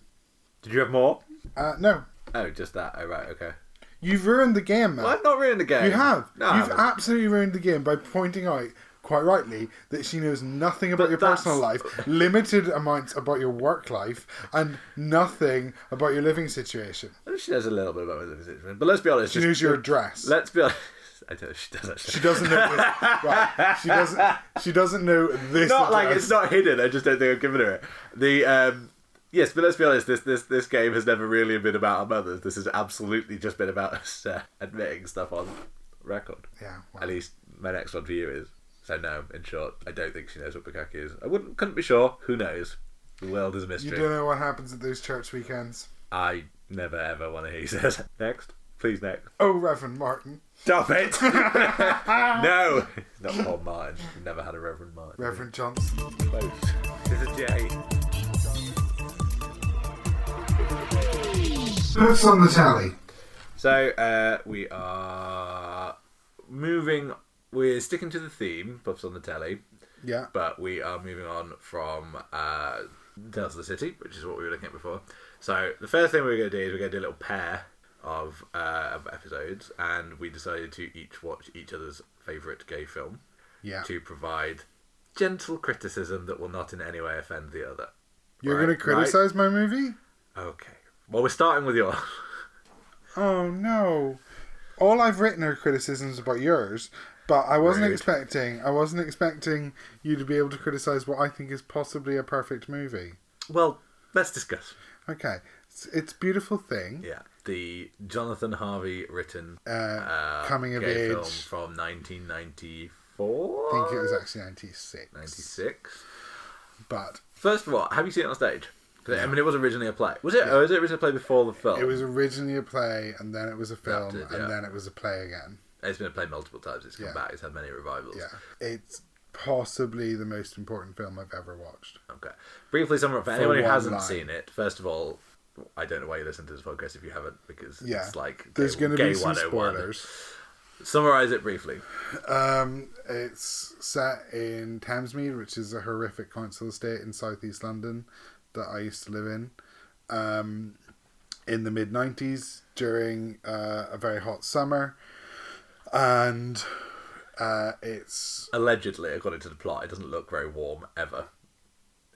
Speaker 2: Did you have more?
Speaker 1: Uh, no,
Speaker 2: Oh, just that. Oh, right. Okay.
Speaker 1: you've ruined the game, man.
Speaker 2: Well, I've not ruined the game.
Speaker 1: You have.
Speaker 2: No, I
Speaker 1: You've
Speaker 2: haven't.
Speaker 1: absolutely ruined the game by pointing out, quite rightly, that she knows nothing about
Speaker 2: But
Speaker 1: your
Speaker 2: that's-
Speaker 1: personal life, limited amounts about your work life, and nothing about your living situation.
Speaker 2: Well, She knows a little bit about my living situation, but let's be honest.
Speaker 1: She
Speaker 2: just-
Speaker 1: knows your address.
Speaker 2: Let's be honest. I don't. She does actually.
Speaker 1: she doesn't know. This, right. She doesn't. She doesn't know this.
Speaker 2: not like
Speaker 1: address.
Speaker 2: it's not hidden. I just don't think I've given her it. The um, yes, but let's be honest. This this this game has never really been about our mothers. This has absolutely just been about us uh, admitting stuff on record.
Speaker 1: Yeah. well,
Speaker 2: At least my next one for you is. So no, in short, I don't think she knows what bukkake is. I wouldn't, couldn't be sure. Who knows? The world is a
Speaker 1: you
Speaker 2: mystery.
Speaker 1: don't know what happens at those church weekends.
Speaker 2: I never ever want to hear you say that. Next, please next.
Speaker 1: Oh, Reverend Martin,
Speaker 2: Stop it! no, not Paul Martin. Never had a Reverend Martin.
Speaker 1: Reverend Johnson.
Speaker 2: Close. This is Jay.
Speaker 1: What's on the tally?
Speaker 2: So uh, we are moving. We're sticking to the theme, puffs on the telly,
Speaker 1: Yeah.
Speaker 2: but we are moving on from uh, Tales of the City, which is what we were looking at before. So the first thing we're going to do is we're going to do a little pair of, uh, of episodes, and we decided to each watch each other's favourite gay film
Speaker 1: Yeah.
Speaker 2: to provide gentle criticism that will not in any way offend the other.
Speaker 1: You're
Speaker 2: Right,
Speaker 1: going to criticize my movie?
Speaker 2: Okay. Well, we're starting with yours.
Speaker 1: Oh no! All I've written are criticisms about yours, but I wasn't
Speaker 2: Rude.
Speaker 1: expecting. I wasn't expecting you to be able to criticize what I think is possibly a perfect movie.
Speaker 2: Well, let's discuss.
Speaker 1: Okay, it's, it's beautiful thing.
Speaker 2: Yeah, the Jonathan Harvey written
Speaker 1: Uh,
Speaker 2: uh,
Speaker 1: coming of
Speaker 2: gay
Speaker 1: age.
Speaker 2: film from 1994.
Speaker 1: I think it was actually ninety six,
Speaker 2: 96.
Speaker 1: but
Speaker 2: First of all, have you seen it on stage? 'Cause, I mean, it was originally a play. Was it? Or was it originally a play before the film?
Speaker 1: it was originally a play, and then it was a film,
Speaker 2: Oh. Adapted, yeah.
Speaker 1: and then it was a play again.
Speaker 2: It's been a play multiple times. It's come
Speaker 1: Yeah.
Speaker 2: back. It's had many revivals.
Speaker 1: Yeah, it's possibly the most important film I've ever watched.
Speaker 2: Okay. Briefly summarize for anyone who
Speaker 1: one
Speaker 2: hasn't
Speaker 1: line.
Speaker 2: seen it. First of all, I don't know why you listen to this podcast if you haven't, because
Speaker 1: Yeah,
Speaker 2: it's like
Speaker 1: There's
Speaker 2: gay-
Speaker 1: going to
Speaker 2: gay
Speaker 1: be some
Speaker 2: 101.
Speaker 1: spoilers.
Speaker 2: Summarize it briefly.
Speaker 1: Um, it's set in Thamesmead, which is a horrific council estate in southeast London that I used to live in. Um, in the mid '90s, during uh, a very hot summer, and uh, it's
Speaker 2: Allegedly, according to the plot, it doesn't look very warm ever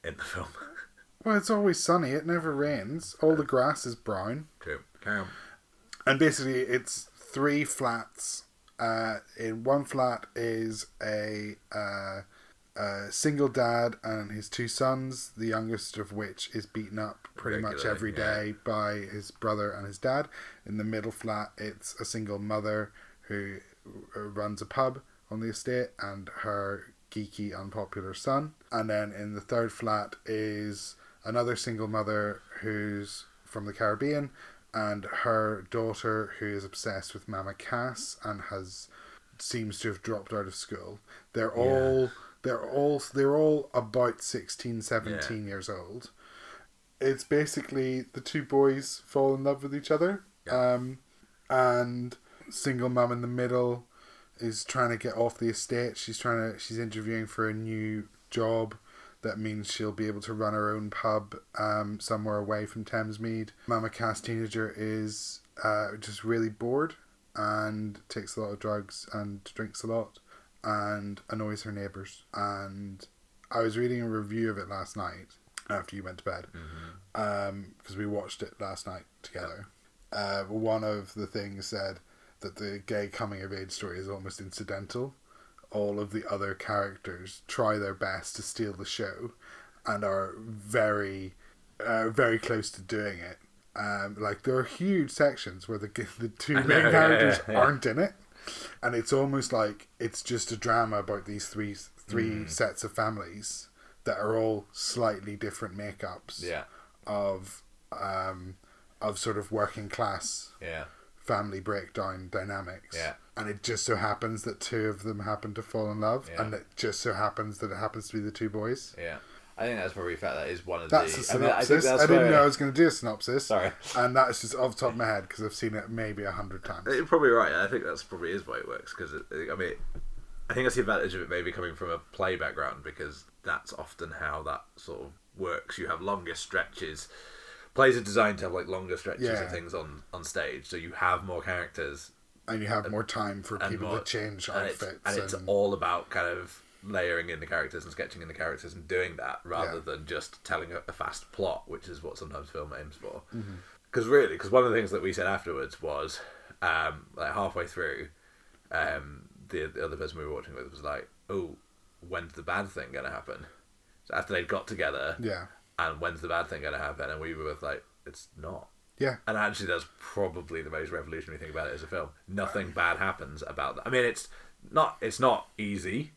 Speaker 2: in the film.
Speaker 1: well, it's always sunny. It never rains. All the grass is brown.
Speaker 2: True. Carry on.
Speaker 1: and basically it's three flats. Uh, in one flat is a, uh, a single dad and his two sons, the youngest of which is beaten up pretty much
Speaker 2: Regularly,
Speaker 1: every
Speaker 2: yeah.
Speaker 1: day by his brother and his dad. In the middle flat, it's a single mother who uh, runs a pub on the estate and her geeky, unpopular son. And then in the third flat is another single mother who's from the Caribbean and her daughter who is obsessed with Mama Cass and has seems to have dropped out of school. They're all they're all they're all about 16, 17 years old it's basically the two boys fall in love with each other. Um, and single mum in the middle is trying to get off the estate. She's trying to she's interviewing for a new job. That means she'll be able to run her own pub um, somewhere away from Thamesmead. Mama Cass teenager is uh, just really bored and takes a lot of drugs and drinks a lot and annoys her neighbours. And I was reading a review of it last night after you went to bed
Speaker 2: Mm-hmm.
Speaker 1: because we watched it last night together. Uh, one of the things said that the gay coming of age story is almost incidental. All of the other characters try their best to steal the show and are very, uh, very close to doing it. Um, like there are huge sections where the g- the two
Speaker 2: I
Speaker 1: main
Speaker 2: know, yeah,
Speaker 1: characters
Speaker 2: yeah, yeah.
Speaker 1: aren't in it, and it's almost like it's just a drama about these three three
Speaker 2: Mm.
Speaker 1: sets of families that are all slightly different makeups
Speaker 2: Yeah.
Speaker 1: of um, of sort of working class
Speaker 2: Yeah.
Speaker 1: family breakdown dynamics.
Speaker 2: Yeah.
Speaker 1: And it just so happens that two of them happen to fall in love,
Speaker 2: Yeah.
Speaker 1: and it just so happens that it happens to be the two boys.
Speaker 2: Yeah, I think that's probably fact. That is one of
Speaker 1: That's
Speaker 2: the.
Speaker 1: the
Speaker 2: I mean, I think
Speaker 1: synopsis. I,
Speaker 2: that's
Speaker 1: didn't
Speaker 2: where-
Speaker 1: know I was going to do a synopsis.
Speaker 2: Sorry.
Speaker 1: And that's just off the top of my head because I've seen it maybe a hundred times.
Speaker 2: You're probably right. I think that's probably is why it works because I mean, I think that's the advantage of it maybe coming from a play background because that's often how that sort of works. You have longer stretches. Plays are designed to have like longer stretches
Speaker 1: Yeah.
Speaker 2: of things on on stage, so you have more characters
Speaker 1: and you have more time for
Speaker 2: and
Speaker 1: people
Speaker 2: more-
Speaker 1: to change
Speaker 2: and it's,
Speaker 1: outfits.
Speaker 2: and it's all about kind of layering in the characters and sketching in the characters and doing that rather than just telling a, a fast plot, which is what sometimes film aims for.
Speaker 1: Mm-hmm.
Speaker 2: Because really, because one of the things that we said afterwards was, um, like halfway through, um, the, the other person we were watching with was like, "Oh, when's the bad thing gonna happen?" So after they'd got together,
Speaker 1: yeah,
Speaker 2: and when's the bad thing gonna happen? And we were both like, "It's not."
Speaker 1: yeah,
Speaker 2: And actually, that's probably the most revolutionary thing about it as a film. Nothing bad happens about that. I mean, it's not it's not easy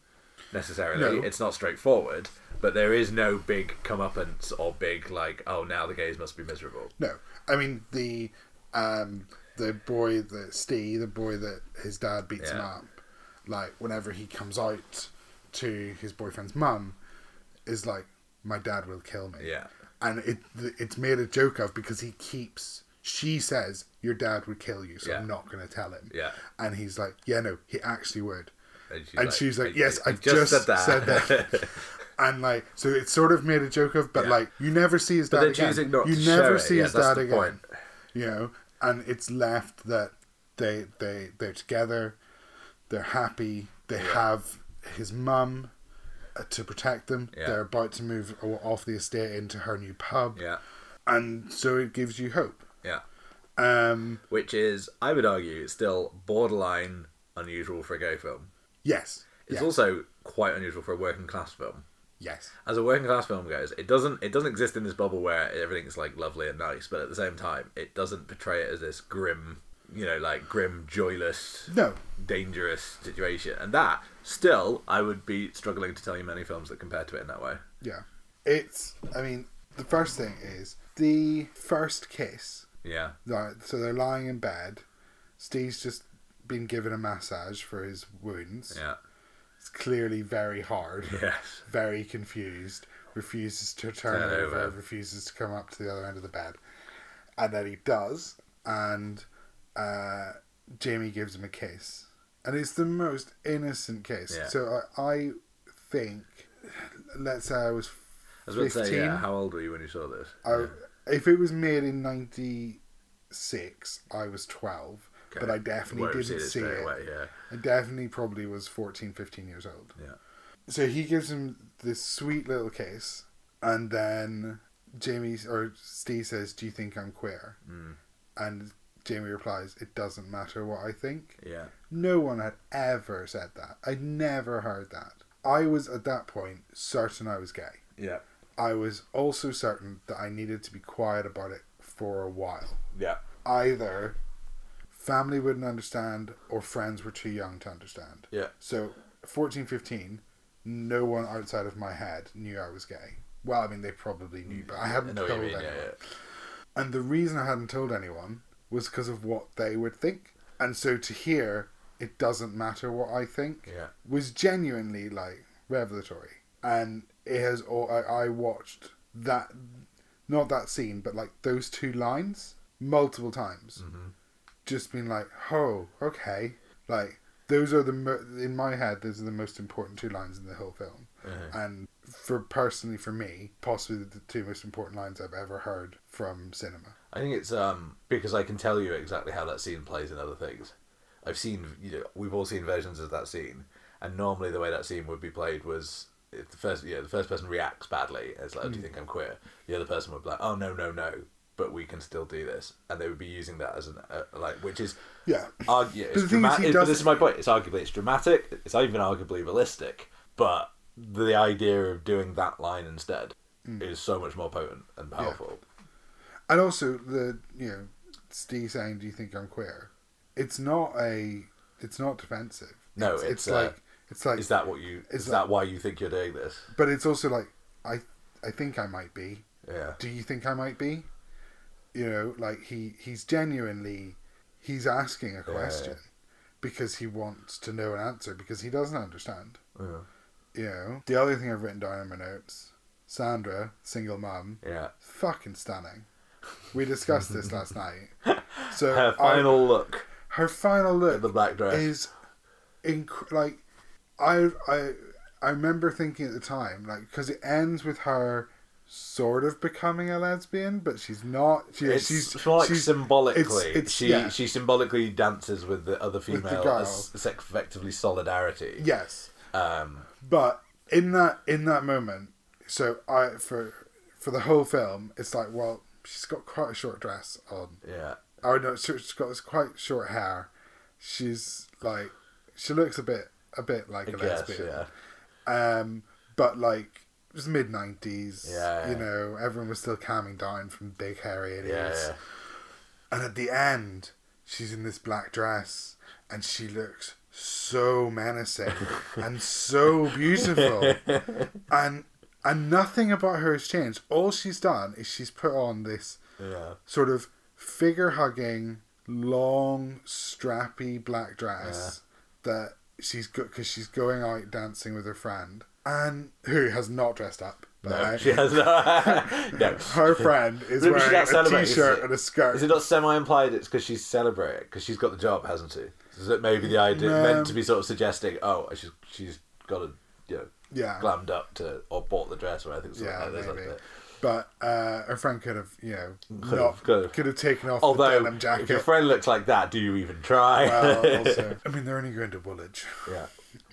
Speaker 2: necessarily.
Speaker 1: No.
Speaker 2: It's not straightforward, but there is no big comeuppance or big like, oh, now the gays must be miserable.
Speaker 1: no. I mean the um the boy that Steve, the boy that his dad beats him
Speaker 2: Yeah.
Speaker 1: up, like whenever he comes out to his boyfriend's mum, is like, my dad will kill me.
Speaker 2: Yeah.
Speaker 1: and it it's made a joke of because he keeps. She says your dad would kill you, so
Speaker 2: Yeah.
Speaker 1: I'm not going to tell him.
Speaker 2: Yeah.
Speaker 1: and he's like, yeah, no, he actually would.
Speaker 2: And she's
Speaker 1: and she's like, "Yes, I just said that." and like so it's sort of made a joke of but
Speaker 2: Yeah.
Speaker 1: like you never see his dad
Speaker 2: they're
Speaker 1: again
Speaker 2: choosing not
Speaker 1: you
Speaker 2: to show
Speaker 1: never
Speaker 2: it.
Speaker 1: see
Speaker 2: Yeah,
Speaker 1: his
Speaker 2: that's
Speaker 1: dad
Speaker 2: the
Speaker 1: again
Speaker 2: point.
Speaker 1: you know and it's left that they they they're together they're happy they have his mum uh, to protect them
Speaker 2: Yeah.
Speaker 1: they're about to move o- off the estate into her new pub
Speaker 2: yeah,
Speaker 1: and so it gives you hope
Speaker 2: yeah.
Speaker 1: um
Speaker 2: Which is, I would argue, still borderline unusual for a gay film.
Speaker 1: yes
Speaker 2: It's
Speaker 1: yeah.
Speaker 2: also quite unusual for a working class film.
Speaker 1: yes
Speaker 2: as a working class film goes, it doesn't it doesn't exist in this bubble where everything's like lovely and nice, but at the same time, it doesn't portray it as this grim, you know, like grim, joyless,
Speaker 1: no
Speaker 2: dangerous situation. And that still, I would be struggling to tell you many films that compare to it in that way.
Speaker 1: yeah it's i mean the first thing is the first kiss
Speaker 2: Yeah,
Speaker 1: Right, so they're lying in bed. Steve's just been given a massage for his wounds.
Speaker 2: yeah,
Speaker 1: It's clearly very hard,
Speaker 2: yes,
Speaker 1: very confused, refuses to turn
Speaker 2: Turn
Speaker 1: over,
Speaker 2: over.
Speaker 1: refuses to come up to the other end of the bed. And then he does, and uh, Jamie gives him a kiss. And it's the most innocent kiss.
Speaker 2: Yeah.
Speaker 1: So I, I think, let's say I was
Speaker 2: I was about to say,
Speaker 1: 15?
Speaker 2: yeah. How old were you when you saw this?
Speaker 1: I, if it was made in '96, I was 12,
Speaker 2: Okay.
Speaker 1: but I definitely
Speaker 2: Won't have
Speaker 1: didn't
Speaker 2: seen it
Speaker 1: see
Speaker 2: straight
Speaker 1: it.
Speaker 2: away, yeah,
Speaker 1: I definitely probably was 14, 15 years old.
Speaker 2: Yeah.
Speaker 1: So he gives him this sweet little kiss, and then Jamie or Steve says, "Do you think I'm queer?"
Speaker 2: Mm.
Speaker 1: And Jamie replies, "It doesn't matter what I think."
Speaker 2: yeah,
Speaker 1: No one had ever said that. I'd never heard that. I was at that point certain I was gay.
Speaker 2: yeah,
Speaker 1: I was also certain that I needed to be quiet about it for a while.
Speaker 2: yeah,
Speaker 1: Either family wouldn't understand or friends were too young to understand.
Speaker 2: yeah,
Speaker 1: So, fourteen, fifteen, no one outside of my head knew I was gay. Well, I mean, they probably knew, but I
Speaker 2: I
Speaker 1: hadn't
Speaker 2: know what
Speaker 1: told
Speaker 2: you mean. Yeah,
Speaker 1: anyone.
Speaker 2: yeah,
Speaker 1: And the reason I hadn't told anyone was because of what they would think. And so to hear, it doesn't matter what I think
Speaker 2: yeah,
Speaker 1: was genuinely like revelatory, and it has all. I, I watched that, not that scene, but like those two lines multiple times, just been like, oh, okay, like those are the mo- in my head. Those are the most important two lines in the whole film,
Speaker 2: Uh-huh.
Speaker 1: and for personally for me, possibly the two most important lines I've ever heard from cinema.
Speaker 2: I think it's um because I can tell you exactly how that scene plays in other things. I've seen you know we've all seen versions of that scene, and normally the way that scene would be played was if the first yeah the first person reacts badly. It's like, oh, do
Speaker 1: Hmm.
Speaker 2: you think I'm queer? The other person would be like, oh no no no, but we can still do this, and they would be using that as an uh, like which is
Speaker 1: Yeah.
Speaker 2: argu- yeah,
Speaker 1: But the
Speaker 2: it's
Speaker 1: thing is,
Speaker 2: dramatic.
Speaker 1: he
Speaker 2: but
Speaker 1: does-
Speaker 2: this is my point. It's arguably it's dramatic. It's even arguably realistic, but the idea of doing that line instead
Speaker 1: Hmm.
Speaker 2: is so much more potent and powerful.
Speaker 1: And also the you know, Steve saying, "Do you think I'm queer?" It's not a, it's not defensive.
Speaker 2: No,
Speaker 1: it's,
Speaker 2: it's,
Speaker 1: it's
Speaker 2: uh,
Speaker 1: like it's like,
Speaker 2: Is that what you? Is,
Speaker 1: Is
Speaker 2: that, why you think you're doing this?
Speaker 1: but it's also like I, I think I might be.
Speaker 2: Yeah,
Speaker 1: Do you think I might be? You know, like he he's genuinely he's asking a
Speaker 2: yeah.
Speaker 1: question because he wants to know an answer because he doesn't understand.
Speaker 2: Yeah.
Speaker 1: You know, the other thing I've written down in my notes Sandra, single mum,
Speaker 2: Yeah.
Speaker 1: fucking stunning. We discussed this last night. So
Speaker 2: Her
Speaker 1: Uh, I-
Speaker 2: final look
Speaker 1: her final
Speaker 2: at the
Speaker 1: look
Speaker 2: black dress.
Speaker 1: is inc- like I I I remember thinking at the time like because it ends with her sort of becoming a lesbian, but she's not. She,
Speaker 2: it's
Speaker 1: she's
Speaker 2: more like
Speaker 1: she's
Speaker 2: symbolically.
Speaker 1: it's- it's-
Speaker 2: she
Speaker 1: yeah.
Speaker 2: she symbolically dances with the other
Speaker 1: the
Speaker 2: female
Speaker 1: girl.
Speaker 2: as as effectively solidarity.
Speaker 1: yes,
Speaker 2: Um,
Speaker 1: but in that in that moment, so I for for the whole film, it's like well she's got quite a short dress on.
Speaker 2: yeah.
Speaker 1: Oh no, she- she's got this quite short hair. She's like she looks a bit a bit like
Speaker 2: I
Speaker 1: a
Speaker 2: guess,
Speaker 1: lesbian.
Speaker 2: yeah.
Speaker 1: Um, but like it was mid nineties.
Speaker 2: Yeah,
Speaker 1: You
Speaker 2: yeah.
Speaker 1: know, everyone was still calming down from big hairy
Speaker 2: Yeah, yeah.
Speaker 1: idiots. And at the end, she's in this black dress and she looks so menacing and so beautiful. And and nothing about her has changed. All she's done is she's put on this
Speaker 2: Yeah.
Speaker 1: sort of figure hugging, long, strappy black dress that she's got because she's going out dancing with her friend, and who has not dressed up. by the
Speaker 2: No,
Speaker 1: way.
Speaker 2: she has no. no.
Speaker 1: her friend is
Speaker 2: Maybe she
Speaker 1: wearing
Speaker 2: got
Speaker 1: a
Speaker 2: celebrated, is
Speaker 1: t-shirt
Speaker 2: it?
Speaker 1: and a skirt.
Speaker 2: Is it not semi-implied? It's because she's celebrating because she's got the job, hasn't she? Is it maybe the idea
Speaker 1: No.
Speaker 2: meant to be sort of suggesting? Oh, she's she's got a you know
Speaker 1: yeah,
Speaker 2: glammed up to or bought the dress or I think something
Speaker 1: yeah,
Speaker 2: like that.
Speaker 1: maybe. But uh, her friend could have, you know,
Speaker 2: Could
Speaker 1: not
Speaker 2: have- could have.
Speaker 1: could have taken off the
Speaker 2: Although,
Speaker 1: denim
Speaker 2: if your
Speaker 1: jacket.
Speaker 2: friend looks like that, do you even try?
Speaker 1: Well, also, I mean, they're only going to Woolwich.
Speaker 2: yeah,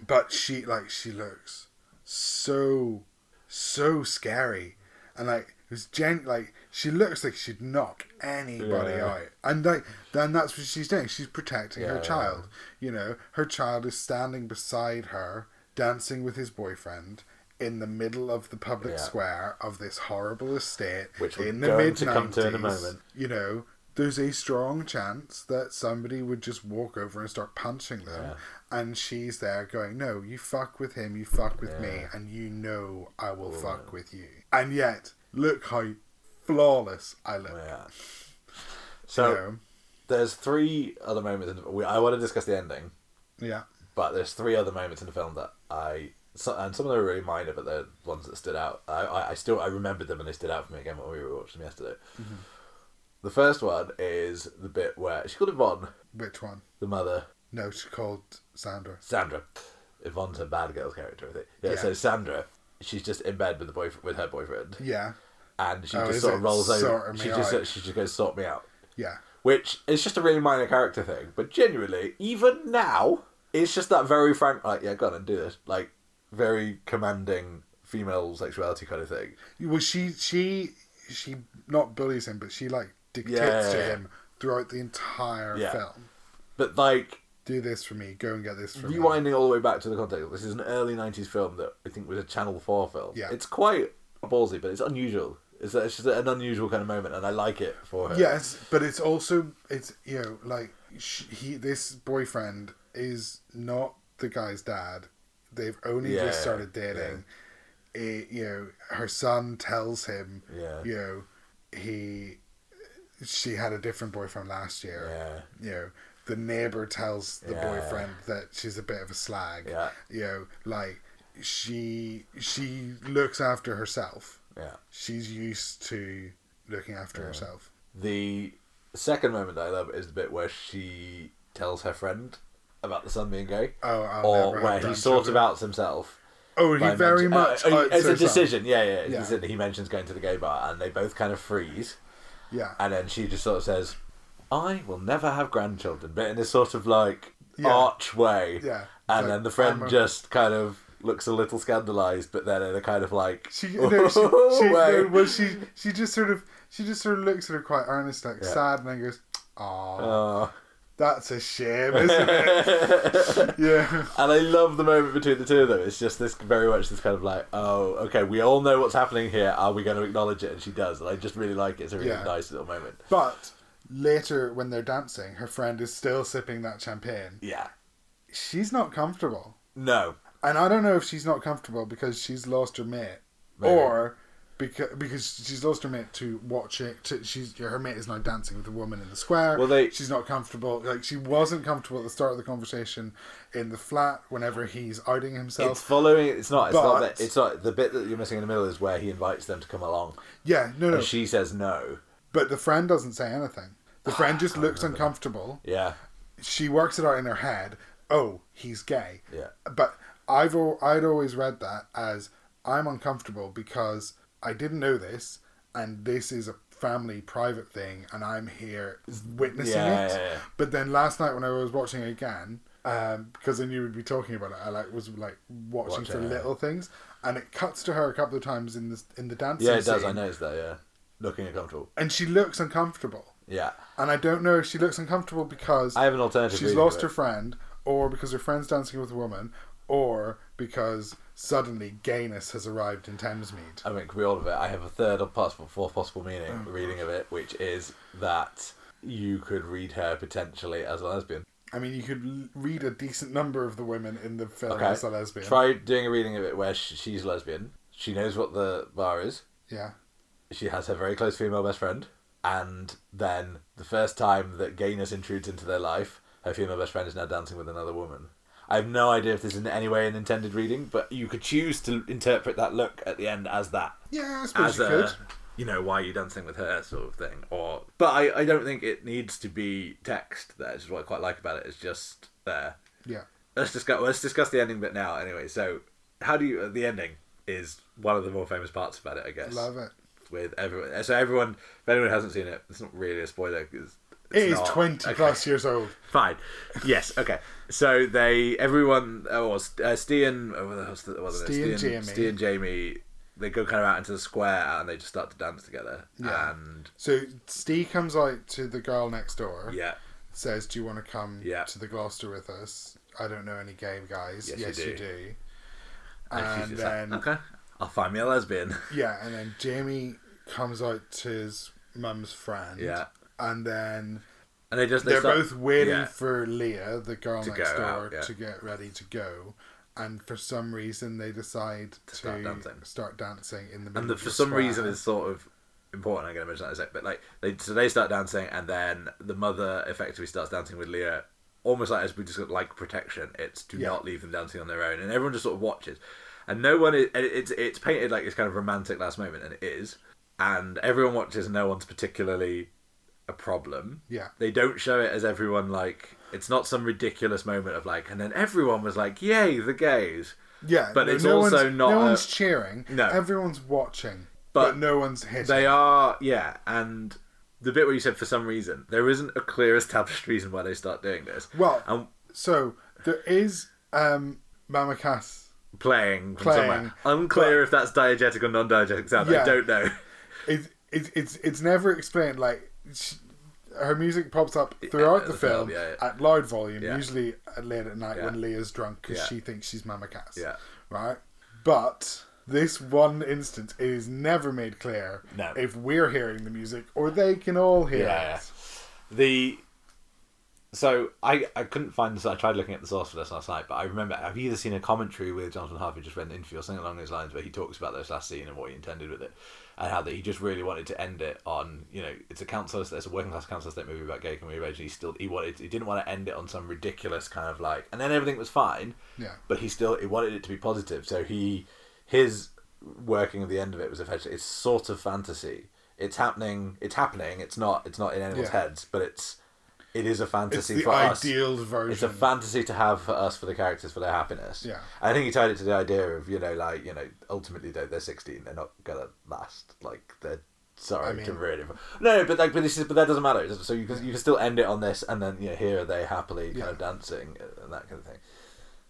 Speaker 1: but she like she looks so so scary and like it was gen like she looks like she'd knock anybody
Speaker 2: Yeah.
Speaker 1: out and like then that's what she's doing she's protecting her
Speaker 2: Yeah.
Speaker 1: child you know her child is standing beside her dancing with his boyfriend in the middle of the public
Speaker 2: Yeah.
Speaker 1: square of this horrible estate
Speaker 2: Which we're
Speaker 1: in the
Speaker 2: going
Speaker 1: mid
Speaker 2: to come to in a
Speaker 1: nineties
Speaker 2: moment.
Speaker 1: you know there's a strong chance that somebody would just walk over and start punching them
Speaker 2: Yeah.
Speaker 1: and she's there going, "No, you fuck with him, you fuck with me,
Speaker 2: Yeah.
Speaker 1: and you know I will fuck with you." And yet, look how flawless I look.
Speaker 2: yeah.
Speaker 1: You
Speaker 2: So
Speaker 1: know?
Speaker 2: there's three other moments. In the, we, I want to discuss the ending,
Speaker 1: yeah,
Speaker 2: but there's three other moments in the film that I so, and some of them are really minor, but they're ones that stood out. I, I, I still I remembered them and they stood out for me again when we were watching them yesterday.
Speaker 1: Mm-hmm.
Speaker 2: The first one is the bit where she called Yvonne,
Speaker 1: which one?
Speaker 2: the mother,
Speaker 1: No, she called Sandra.
Speaker 2: Sandra. Yvonne's a bad girl's character, I think. Yeah,
Speaker 1: Yeah.
Speaker 2: So Sandra, she's just in bed with the boyfriend, with her boyfriend,
Speaker 1: Yeah,
Speaker 2: and she
Speaker 1: Oh,
Speaker 2: just
Speaker 1: is
Speaker 2: sort
Speaker 1: it?
Speaker 2: of rolls
Speaker 1: Sort
Speaker 2: over.
Speaker 1: me
Speaker 2: She just
Speaker 1: out.
Speaker 2: she just goes sort me out,
Speaker 1: yeah,
Speaker 2: which is just a really minor character thing. But genuinely, even now, it's just that very frank, like yeah, go on and do this, like very commanding female sexuality kind of thing.
Speaker 1: Well, she she she not bullies him, but she like dictates
Speaker 2: Yeah.
Speaker 1: to him throughout the entire
Speaker 2: Yeah.
Speaker 1: film.
Speaker 2: But like
Speaker 1: Do this for me. Go and get this for me.
Speaker 2: rewinding all the way back to the context, this is an early '90s film that I think was a Channel Four film.
Speaker 1: Yeah.
Speaker 2: it's quite ballsy, but it's unusual. It's, it's just an unusual kind of moment, and I like it for her.
Speaker 1: Yes, but it's also it's you know like sh he this boyfriend is not the guy's dad. They've only
Speaker 2: Yeah,
Speaker 1: just started dating. It, you know, her son tells him,
Speaker 2: Yeah.
Speaker 1: you know, he she had a different boyfriend last year.
Speaker 2: Yeah.
Speaker 1: You know, the neighbor tells the
Speaker 2: Yeah.
Speaker 1: boyfriend that she's a bit of a slag.
Speaker 2: Yeah.
Speaker 1: You know, like she she looks after herself.
Speaker 2: Yeah.
Speaker 1: She's used to looking after herself.
Speaker 2: The second moment that I love is the bit where she tells her friend about the son being gay.
Speaker 1: Oh, I'll
Speaker 2: or
Speaker 1: never
Speaker 2: where
Speaker 1: have
Speaker 2: he
Speaker 1: grandchildren.
Speaker 2: sort of outs himself.
Speaker 1: Oh,
Speaker 2: by
Speaker 1: he very
Speaker 2: mention-
Speaker 1: much.
Speaker 2: uh, uh,
Speaker 1: oh,
Speaker 2: it's
Speaker 1: so
Speaker 2: a
Speaker 1: sorry.
Speaker 2: decision. Yeah, yeah.
Speaker 1: Yeah.
Speaker 2: He, said that he mentions going to the gay bar, and they both kind of freeze,
Speaker 1: Yeah,
Speaker 2: and then she just sort of says, "I will never have grandchildren," but in this sort of like
Speaker 1: Yeah.
Speaker 2: arch way.
Speaker 1: Yeah.
Speaker 2: And
Speaker 1: Like,
Speaker 2: then the
Speaker 1: I'm
Speaker 2: friend
Speaker 1: a-
Speaker 2: just kind of looks a little scandalized, but then in a kind of like,
Speaker 1: she no, she, she, no,
Speaker 2: way.
Speaker 1: well, she she just sort of she just sort of looks at her quite earnest, like
Speaker 2: Yeah. Uh.
Speaker 1: sad, and then goes, "Aw,
Speaker 2: Aw.
Speaker 1: that's a shame, isn't it?" yeah,
Speaker 2: And I love the moment between the two of them. It's just this very much this kind of like, oh, okay, we all know what's happening here. Are we going to acknowledge it? And she does. And I just really like it. It's a really
Speaker 1: Yeah.
Speaker 2: nice little moment.
Speaker 1: but later when they're dancing, her friend is still sipping that champagne.
Speaker 2: Yeah.
Speaker 1: She's not comfortable,
Speaker 2: No.
Speaker 1: and I don't know if she's not comfortable because she's lost her mate,
Speaker 2: Maybe.
Speaker 1: or because because she's lost her mate to watch it. To, she's her mate is now dancing with a woman in the square.
Speaker 2: Well, they-
Speaker 1: she's not comfortable. Like she wasn't comfortable at the start of the conversation in the flat whenever he's outing
Speaker 2: It's
Speaker 1: himself.
Speaker 2: following. It's not. It's not
Speaker 1: But-
Speaker 2: that. It's not the bit that you're missing in the middle is where he invites them to come along,
Speaker 1: yeah, no, no.
Speaker 2: and Oh, she says no.
Speaker 1: but the friend doesn't say anything. The friend just looks uncomfortable.
Speaker 2: Yeah,
Speaker 1: She works it out in her head. Oh, he's gay.
Speaker 2: Yeah.
Speaker 1: But I've al- I'd always read that as I'm uncomfortable because I didn't know this, and this is a family private thing, and I'm here witnessing
Speaker 2: Yeah,
Speaker 1: it.
Speaker 2: yeah, yeah.
Speaker 1: But then last night when I was watching it again, um, because I knew we'd be talking about it, I like was like watching
Speaker 2: Watch
Speaker 1: for
Speaker 2: it, yeah.
Speaker 1: little things, and it cuts to her a couple of times in the in the dancing.
Speaker 2: yeah, it does.
Speaker 1: scene,
Speaker 2: I noticed that. Yeah, looking uncomfortable.
Speaker 1: And she looks uncomfortable.
Speaker 2: Yeah,
Speaker 1: And I don't know if she looks uncomfortable because
Speaker 2: I have an alternative.
Speaker 1: she's
Speaker 2: reading
Speaker 1: lost
Speaker 2: to
Speaker 1: her
Speaker 2: it.
Speaker 1: friend, or because her friend's dancing with a woman, or because suddenly gayness has arrived in Thamesmead.
Speaker 2: I mean, could be all of it. I have a third or possible, fourth possible meaning
Speaker 1: Oh,
Speaker 2: reading of it, which is that you could read her potentially as a lesbian.
Speaker 1: I mean, you could l- read a decent number of the women in the film
Speaker 2: Okay,
Speaker 1: as a lesbian.
Speaker 2: try doing a reading of it where sh- she's lesbian. She knows what the bar is.
Speaker 1: Yeah.
Speaker 2: she has her very close female best friend, and then the first time that gayness intrudes into their life, her female best friend is now dancing with another woman. I have no idea if this is in any way an intended reading, but you could choose to interpret that look at the end as that,
Speaker 1: Yeah, I suppose
Speaker 2: as
Speaker 1: you could.
Speaker 2: a, you know, why are you dancing with her sort of thing. Or, but I, I don't think it needs to be text. There, which is what I quite like about it. It's just there.
Speaker 1: Yeah.
Speaker 2: Let's discuss. Let's discuss the ending bit now. Anyway, so how do you? The ending is one of the more famous parts about it, I guess
Speaker 1: Love it.
Speaker 2: with everyone. So everyone, if anyone hasn't seen it, it's not really a spoiler. 'cause It's
Speaker 1: It is
Speaker 2: not-
Speaker 1: 20
Speaker 2: okay.
Speaker 1: plus years old.
Speaker 2: Fine. Yes. Okay. So they, everyone, oh, well, S- uh, Steve and oh, what the hell's the- what are they?
Speaker 1: Steve and
Speaker 2: Steve
Speaker 1: Jamie.
Speaker 2: Steve and Jamie, they go kind of out into the square and they just start to dance together.
Speaker 1: Yeah.
Speaker 2: And
Speaker 1: So Steve comes out to the girl next door,
Speaker 2: yeah,
Speaker 1: says, Do you want to come
Speaker 2: Yeah.
Speaker 1: to the Gloucester with us? I don't know any gay guys.
Speaker 2: Yes,
Speaker 1: Yes,
Speaker 2: you
Speaker 1: you, do.
Speaker 2: do.
Speaker 1: And,
Speaker 2: and, she's just
Speaker 1: then.
Speaker 2: like, okay, I'll find me a lesbian.
Speaker 1: Yeah, and then Jamie comes out to his mum's friend.
Speaker 2: Yeah.
Speaker 1: And then
Speaker 2: And they just they
Speaker 1: they are
Speaker 2: start-
Speaker 1: both waiting
Speaker 2: yeah.
Speaker 1: for Leah, the girl
Speaker 2: To
Speaker 1: next
Speaker 2: go
Speaker 1: door,
Speaker 2: out, yeah.
Speaker 1: to get ready to go. And for some reason, they decide to
Speaker 2: start dancing.
Speaker 1: start dancing in the middle
Speaker 2: and the,
Speaker 1: of
Speaker 2: for some
Speaker 1: square.
Speaker 2: reason it's sort of important. I'm going to mention that in a sec. But like, they so they start dancing, and then the mother effectively starts dancing with Leah, almost like as we just got like protection. It's do
Speaker 1: Yeah.
Speaker 2: not leave them dancing on their own, and everyone just sort of watches, and no one is. and It's it's painted like this kind of romantic last moment, and it is, and everyone watches, and no one's particularly a problem.
Speaker 1: Yeah.
Speaker 2: They don't show it as everyone like it's not some ridiculous moment of like and then everyone was like, Yay, the gays.
Speaker 1: Yeah,
Speaker 2: But
Speaker 1: no-
Speaker 2: it's
Speaker 1: no one's,
Speaker 2: also not
Speaker 1: No
Speaker 2: a-
Speaker 1: one's cheering.
Speaker 2: No.
Speaker 1: Everyone's watching. But,
Speaker 2: But
Speaker 1: no one's hitting.
Speaker 2: They are, yeah, and the bit where you said for some reason there isn't a clear established reason why they start doing this.
Speaker 1: Well-
Speaker 2: and
Speaker 1: so there is um, Mama Cass.
Speaker 2: playing, from
Speaker 1: Playing,
Speaker 2: somewhere. Unclear if that's diegetic or non-diegetic sound.
Speaker 1: Yeah.
Speaker 2: I don't know.
Speaker 1: It, it, it's, it's never explained. Like, she, her music pops up throughout
Speaker 2: at
Speaker 1: the,
Speaker 2: the
Speaker 1: film
Speaker 2: film, yeah,
Speaker 1: at loud volume,
Speaker 2: Yeah.
Speaker 1: usually at late at night
Speaker 2: Yeah.
Speaker 1: when Leah's drunk because
Speaker 2: Yeah.
Speaker 1: she thinks she's Mama Cass.
Speaker 2: Yeah.
Speaker 1: Right? But this one instance, it is never made clear
Speaker 2: No.
Speaker 1: if we're hearing the music or they can all hear
Speaker 2: Yeah,
Speaker 1: it.
Speaker 2: The so I I couldn't find this. I tried looking at the source for this last night, but I remember I've either seen a commentary with Jonathan Harvey just read an interview or something along those lines where he talks about this last scene and what he intended with it, and how that he just really wanted to end it on you know it's a council estate, it's a working class council estate movie about gay community rage. And he still he wanted he didn't want to end it on some ridiculous kind of like and then everything was fine.
Speaker 1: Yeah.
Speaker 2: But he still he wanted it to be positive, so he his working of the end of it was effectively it's sort of fantasy. It's happening. It's happening. It's not. It's not in anyone's
Speaker 1: Yeah.
Speaker 2: heads, but it's it is a
Speaker 1: It's
Speaker 2: fantasy
Speaker 1: the
Speaker 2: for us.
Speaker 1: ideal
Speaker 2: It's a
Speaker 1: version.
Speaker 2: fantasy to have for us for the characters for their happiness.
Speaker 1: Yeah.
Speaker 2: I think he tied it to the idea of you know like you know ultimately though they're sixteen they're not gonna last like they're sorry
Speaker 1: I
Speaker 2: to
Speaker 1: mean-
Speaker 2: ruin it. for- No, no, but like but this is but that doesn't matter. So you can you can still end it on this and then you know here are they happily kind
Speaker 1: Yeah.
Speaker 2: of dancing and that kind of thing.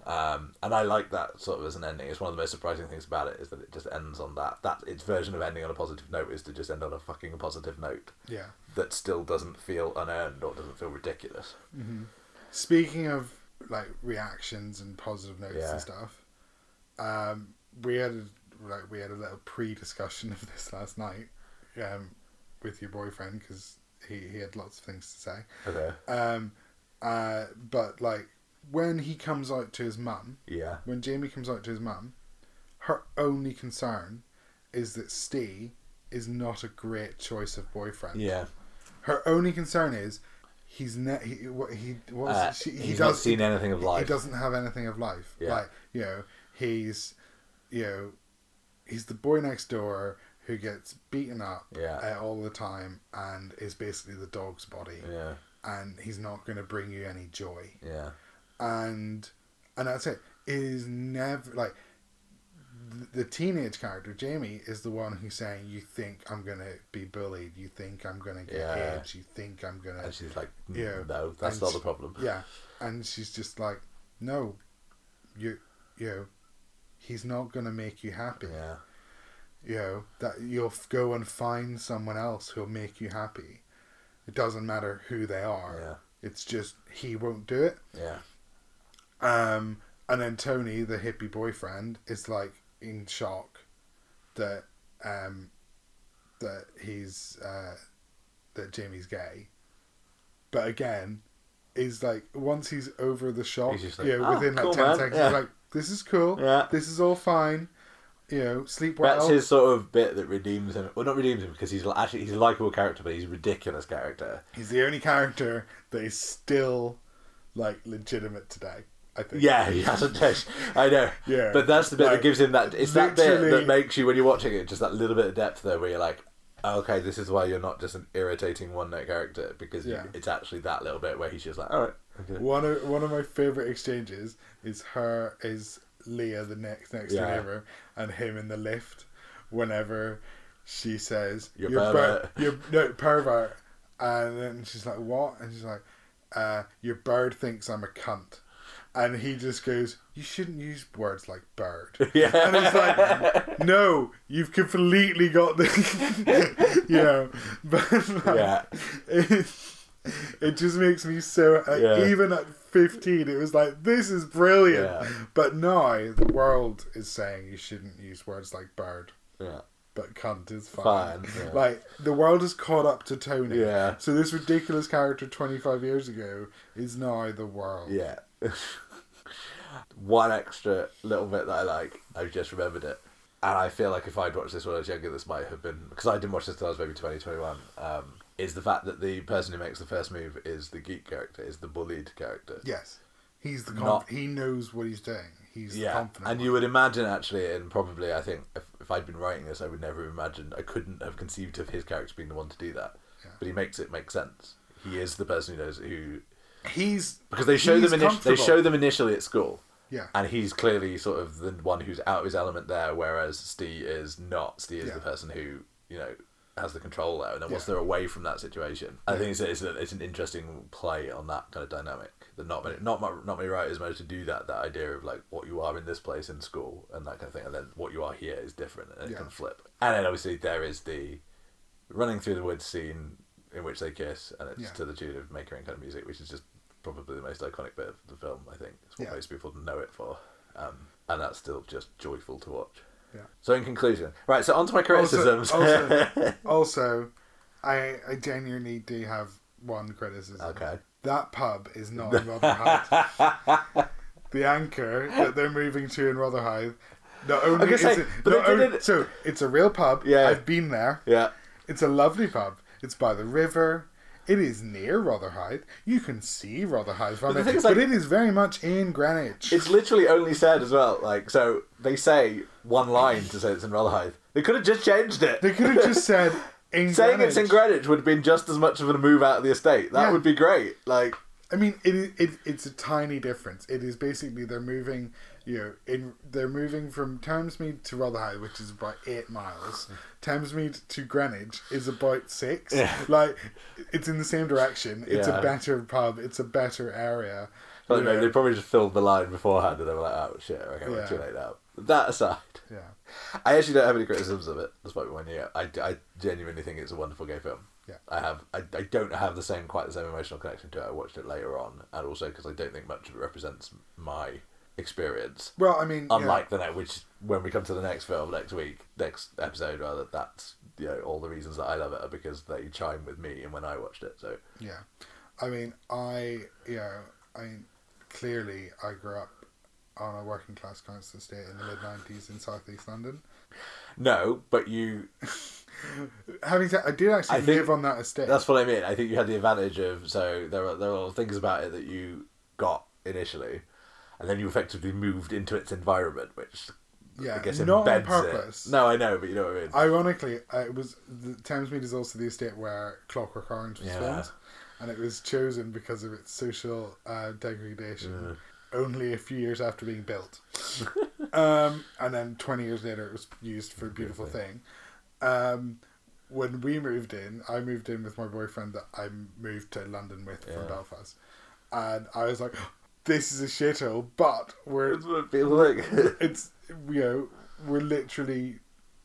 Speaker 2: Um, and I like that sort of as an ending. It's one of the most surprising things about it is that it just ends on that. That its version of ending on a positive note is to just end on a fucking positive note
Speaker 1: yeah.
Speaker 2: that still doesn't feel unearned or doesn't feel ridiculous.
Speaker 1: Speaking of like reactions and positive notes
Speaker 2: Yeah.
Speaker 1: and stuff, um, we had a, like we had a little pre-discussion of this last night um, with your boyfriend because he, he had lots of things to say.
Speaker 2: Okay.
Speaker 1: Um, uh, but like when he comes out to his mum,
Speaker 2: Yeah.
Speaker 1: when Jamie comes out to his mum, her only concern is that Stee is not a great choice of boyfriend.
Speaker 2: Yeah.
Speaker 1: Her only concern is he's ne- he what he what was
Speaker 2: Uh,
Speaker 1: it? she, he
Speaker 2: he's
Speaker 1: does
Speaker 2: not seen anything of
Speaker 1: He
Speaker 2: life.
Speaker 1: doesn't have anything of life.
Speaker 2: Yeah.
Speaker 1: Like you know, he's you know, he's the boy next door who gets beaten up
Speaker 2: Yeah.
Speaker 1: uh, all the time and is basically the dog's body,
Speaker 2: Yeah.
Speaker 1: and he's not going to bring you any joy.
Speaker 2: Yeah.
Speaker 1: And and that's it. It Is never like th- the teenage character Jamie is the one who's saying, "You think I'm gonna be bullied? You think I'm gonna get
Speaker 2: Yeah.
Speaker 1: edged? You think I'm gonna?"
Speaker 2: And she's like, "Mm,
Speaker 1: Yeah.
Speaker 2: no, that's
Speaker 1: And
Speaker 2: not
Speaker 1: she-
Speaker 2: the problem.
Speaker 1: Yeah, and she's just like, no, you, you know, he's not gonna make you happy.
Speaker 2: Yeah.
Speaker 1: You know that you'll f- go and find someone else who'll make you happy. It doesn't matter who they are.
Speaker 2: Yeah.
Speaker 1: It's just he won't do it.
Speaker 2: Yeah.
Speaker 1: Um, and then Tony, the hippie boyfriend, is like in shock that um that he's uh that Jamie's gay. But again, is like once he's over the shock,
Speaker 2: He's just like,
Speaker 1: you know,
Speaker 2: "Ah,
Speaker 1: within like
Speaker 2: cool,
Speaker 1: ten
Speaker 2: man."
Speaker 1: seconds,
Speaker 2: Yeah.
Speaker 1: he's like, "This is cool.
Speaker 2: Yeah.
Speaker 1: This is all fine. You know, sleep well."
Speaker 2: That's his sort of bit that redeems him. Well, not redeems him because he's actually he's a likable character, but he's a ridiculous character.
Speaker 1: He's the only character that is still like legitimate today. I think.
Speaker 2: Yeah, he hasn't changed. I know.
Speaker 1: Yeah.
Speaker 2: But that's the bit
Speaker 1: Like,
Speaker 2: that gives him that. It's that bit
Speaker 1: literally-
Speaker 2: that makes you when you're watching it just that little bit of depth though, where you're like, okay, this is why you're not just an irritating one note character because you-
Speaker 1: Yeah.
Speaker 2: it's actually that little bit where he's just like, all right, okay.
Speaker 1: One of one of my favorite exchanges is her is Leah the next next door
Speaker 2: Yeah.
Speaker 1: neighbor and him in the lift whenever she says
Speaker 2: You're
Speaker 1: per-
Speaker 2: pervert."
Speaker 1: you're no pervert and then she's like what and she's like uh, your bird thinks I'm a cunt and he just goes you shouldn't use words like bird
Speaker 2: yeah.
Speaker 1: and it's like no you've completely got the you know but like,
Speaker 2: Yeah.
Speaker 1: it, it just makes me so like,
Speaker 2: Yeah.
Speaker 1: even at 15 it was like this is brilliant
Speaker 2: Yeah.
Speaker 1: but now the world is saying you shouldn't use words like bird
Speaker 2: yeah.
Speaker 1: but cunt is fine,
Speaker 2: Fine, yeah.
Speaker 1: like the world has caught up to tony
Speaker 2: Yeah.
Speaker 1: so this ridiculous character 25 years ago is now the world
Speaker 2: Yeah. One extra little bit that I like, I've just remembered it. And I feel like if I'd watched this when I was younger, this might have been. Because I didn't watch this until I was maybe 20, 21. Um, is the fact that the person who makes the first move is the geek character, is the bullied character.
Speaker 1: yes he's the conf-
Speaker 2: Not-
Speaker 1: he knows what he's doing he's the
Speaker 2: Yeah.
Speaker 1: confident
Speaker 2: and you would imagine, actually, and probably I think if, if I'd been writing this, I would never have imagined, I couldn't have conceived of his character being the one to do that.
Speaker 1: Yeah.
Speaker 2: But he makes it make sense. He is the person who knows who.
Speaker 1: one. he's
Speaker 2: Because they show
Speaker 1: he's
Speaker 2: them init- they
Speaker 1: comfortable.
Speaker 2: show them initially at school.
Speaker 1: yeah
Speaker 2: And he's clearly sort of the one who's out of his element there, whereas Steve is not. Steve is
Speaker 1: Yeah.
Speaker 2: the person who, you know, has the control there. And then once
Speaker 1: Yeah.
Speaker 2: they're away from that situation, I think it's, it's, a, it's an interesting play on that kind of dynamic. That not many, not mu- not many writers manage to do that. That idea of like what you are in this place in school and that kind of thing, and then what you are here is different, and it
Speaker 1: Yeah.
Speaker 2: can flip. And then obviously there is the running through the woods scene in which they kiss, and it's
Speaker 1: Yeah.
Speaker 2: to the tune of "Make Your Own Kind of Music," which is just probably the most iconic bit of the film. I think it's what
Speaker 1: Yeah.
Speaker 2: most people know it for, um, and that's still just joyful to watch.
Speaker 1: Yeah.
Speaker 2: So, in conclusion, right? So, on to my
Speaker 1: also,
Speaker 2: criticisms.
Speaker 1: also, also, I I genuinely do have one criticism.
Speaker 2: Okay.
Speaker 1: That pub is not in Rotherhithe. the anchor that they're moving to in Rotherhithe. Not only
Speaker 2: I was
Speaker 1: is
Speaker 2: gonna say,
Speaker 1: it,
Speaker 2: but
Speaker 1: not
Speaker 2: they did
Speaker 1: only-
Speaker 2: it-
Speaker 1: so it's a real pub.
Speaker 2: Yeah.
Speaker 1: I've been there.
Speaker 2: yeah,
Speaker 1: It's a lovely pub. It's by the river. It is near Rotherhithe. You can see Rotherhithe from
Speaker 2: the
Speaker 1: it,
Speaker 2: thing is,
Speaker 1: but
Speaker 2: like-
Speaker 1: it is very much in Greenwich.
Speaker 2: it's literally only said as well. Like, so they say one line to say it's in Rotherhithe. They could have just changed it.
Speaker 1: they could have just said in
Speaker 2: Saying
Speaker 1: Greenwich.
Speaker 2: it's in Greenwich would have been just as much of a move out of the estate. That
Speaker 1: Yeah.
Speaker 2: would be great. Like,
Speaker 1: I mean, it, i- it it's a tiny difference. It is basically they're moving, you know, in they're moving from Thamesmead to Rotherhithe, which is about eight miles. Thamesmead to Greenwich is about six. Like, it's in the same direction. It's
Speaker 2: Yeah.
Speaker 1: a better pub. It's a better area.
Speaker 2: Like,
Speaker 1: Yeah.
Speaker 2: mate, They probably just filled the line beforehand and they were like, oh shit, okay, we're
Speaker 1: Yeah.
Speaker 2: too late now. That aside,
Speaker 1: yeah,
Speaker 2: I actually don't have any criticisms of it, despite one year. I, I genuinely think it's a wonderful gay film.
Speaker 1: Yeah.
Speaker 2: I have I, I don't have the same quite the same emotional connection to it. I watched it later on, and also because I don't think much of it represents my experience.
Speaker 1: Well, I mean, yeah.
Speaker 2: Unlike the next, which when we come to the next film next week, next episode rather, that's you know all the reasons that I love it are because they chime with me and when I watched it. So
Speaker 1: Yeah, I mean, I you know, I mean, clearly, I grew up on a working class council estate in the mid '90s in Southeast London.
Speaker 3: No, but you.
Speaker 1: Having said, I did actually
Speaker 3: I think-
Speaker 1: live on that estate.
Speaker 3: That's what I mean. I think you had the advantage of so there are there are things about it that you got initially, and then you effectively moved into its environment, which
Speaker 1: yeah,
Speaker 3: I guess
Speaker 1: not on
Speaker 3: embeds
Speaker 1: purpose.
Speaker 3: it. No, I know, but you know what I mean.
Speaker 1: Ironically, uh, it was the Thamesmead is also the estate where Clockwork Orange was
Speaker 3: Yeah.
Speaker 1: filmed, and it was chosen because of its social uh, degradation. Only a few years after being built, um, and then twenty years later, it was used for a beautiful thing. Um, when we moved in, I moved in with my boyfriend that I moved to London with from
Speaker 3: Yeah.
Speaker 1: Belfast, and I was like, "This is a shithole," but we're
Speaker 3: That's what it feels like.
Speaker 1: it's you know we're literally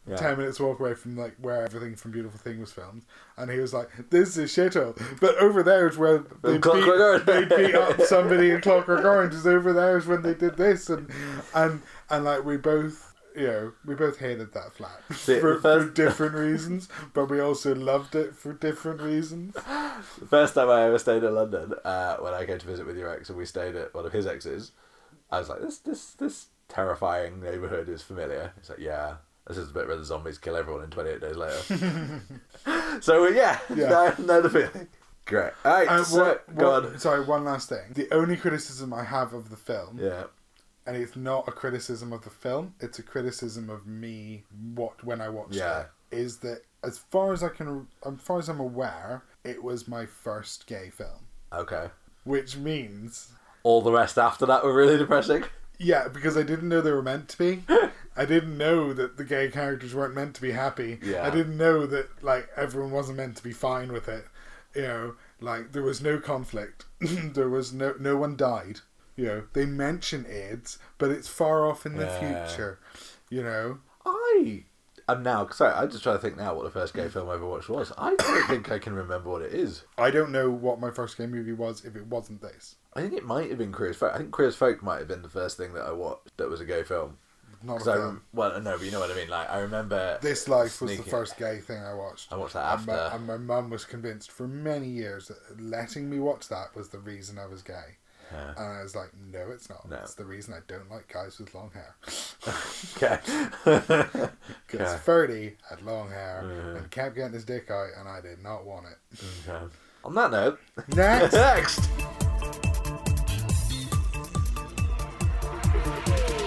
Speaker 3: Yeah.
Speaker 1: ten minutes walk away from like where everything from Beautiful Thing was filmed, and he was like, "This is shithole," but over there is where they
Speaker 3: Clockwork
Speaker 1: beat,
Speaker 3: Orange.
Speaker 1: they beat up somebody in Clockwork Orange. Is over there is when they did this, and and and like we both. You know, we both hated that flat
Speaker 3: See,
Speaker 1: for,
Speaker 3: the first-
Speaker 1: for different reasons, but we also loved it for different reasons.
Speaker 3: The first time I ever stayed in London, uh, when I came to visit with your ex and we stayed at one of his exes, I was like, this this this terrifying neighbourhood is familiar. It's like, yeah, this is a bit where the zombies kill everyone in 28 days later. so, yeah,
Speaker 1: Yeah.
Speaker 3: yeah. Know, know the feeling. Great. All right,
Speaker 1: And
Speaker 3: so,
Speaker 1: what-
Speaker 3: go
Speaker 1: what-
Speaker 3: on.
Speaker 1: Sorry, one last thing. The only criticism I have of the film
Speaker 3: Yeah.
Speaker 1: and it's not a criticism of the film it's a criticism of me what when i watched
Speaker 3: Yeah.
Speaker 1: it is that as far as i can as far as i'm aware it was my first gay film
Speaker 3: Okay.
Speaker 1: which means
Speaker 3: All the rest after that were really depressing.
Speaker 1: yeah because i didn't know they were meant to be i didn't know that the gay characters weren't meant to be happy
Speaker 3: Yeah.
Speaker 1: i didn't know that like everyone wasn't meant to be fine with it you know like there was no conflict there was no no one died you know they mention aids but it's far off in the
Speaker 3: Yeah.
Speaker 1: future you know
Speaker 3: I am now, sorry, I'm just trying to think now what the first gay film I ever watched was. I don't think I can remember what it is.
Speaker 1: I don't know what my first gay movie was if it wasn't this.
Speaker 3: I think it might have been Queer as Folk. I think Queer as Folk might have been the first thing that I watched that was a gay film.
Speaker 1: Not a
Speaker 3: 'Cause I
Speaker 1: film.
Speaker 3: rem- well, no, but you know what I mean. Like I remember
Speaker 1: This Life was the
Speaker 3: sneaking-
Speaker 1: first gay thing I watched.
Speaker 3: I watched that
Speaker 1: And my-
Speaker 3: after.
Speaker 1: And my mum was convinced for many years that letting me watch that was the reason I was gay.
Speaker 3: Yeah.
Speaker 1: And I was like, no, it's not.
Speaker 3: No.
Speaker 1: It's the reason I don't like guys with long hair.
Speaker 3: Okay.
Speaker 1: Because
Speaker 3: Okay.
Speaker 1: Ferdy had long hair and kept getting his dick out, and I did not want it.
Speaker 3: Okay. On that note,
Speaker 1: Next!
Speaker 3: next.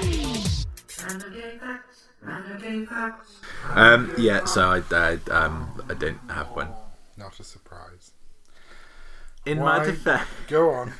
Speaker 4: Random game facts. Random game facts.
Speaker 2: Um, yeah, so I, I, um, I don't have one.
Speaker 1: not a surprise.
Speaker 2: In
Speaker 1: Why?
Speaker 2: my defense,
Speaker 1: Go on.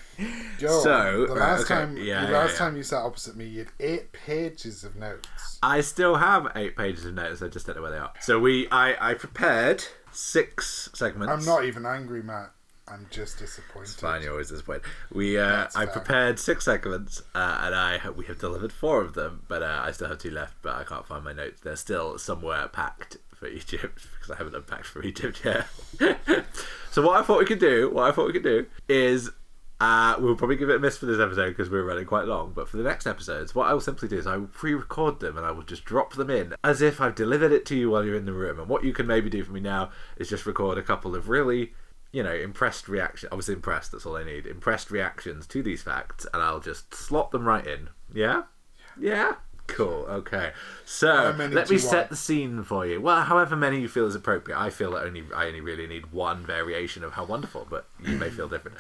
Speaker 1: Go
Speaker 2: So,
Speaker 1: on. The
Speaker 2: uh,
Speaker 1: last,
Speaker 2: okay.
Speaker 1: time,
Speaker 2: Yeah,
Speaker 1: the
Speaker 2: yeah,
Speaker 1: last
Speaker 2: yeah.
Speaker 1: time you sat opposite me, you had eight pages of notes.
Speaker 2: I still have eight pages of notes. I just don't know where they are. So we, I, I prepared six segments.
Speaker 1: I'm not even angry, Matt. I'm just disappointed.
Speaker 2: Fine, you're always disappointed. We, uh,
Speaker 1: fair.
Speaker 2: I prepared six segments, uh, and I we have delivered four of them, but uh, I still have two left. But I can't find my notes. They're still somewhere packed for Egypt because I haven't unpacked for Egypt yet. so what I thought we could do, what I thought we could do is. Uh, we'll probably give it a miss for this episode because we're running quite long. But for the next episodes, what I will simply do is I will pre-record them and I will just drop them in as if I've delivered it to you while you're in the room. And what you can maybe do for me now is just record a couple of really you know, impressed reaction. I was impressed. That's all I need. Impressed reactions to these facts, and I'll just slot them right in. Yeah, yeah. Cool. Okay. So
Speaker 1: many
Speaker 2: let
Speaker 1: do you
Speaker 2: me set
Speaker 1: want?
Speaker 2: the scene for you. Well, however many you feel is appropriate. I feel that only I only really need one variation of how wonderful, but you may feel different.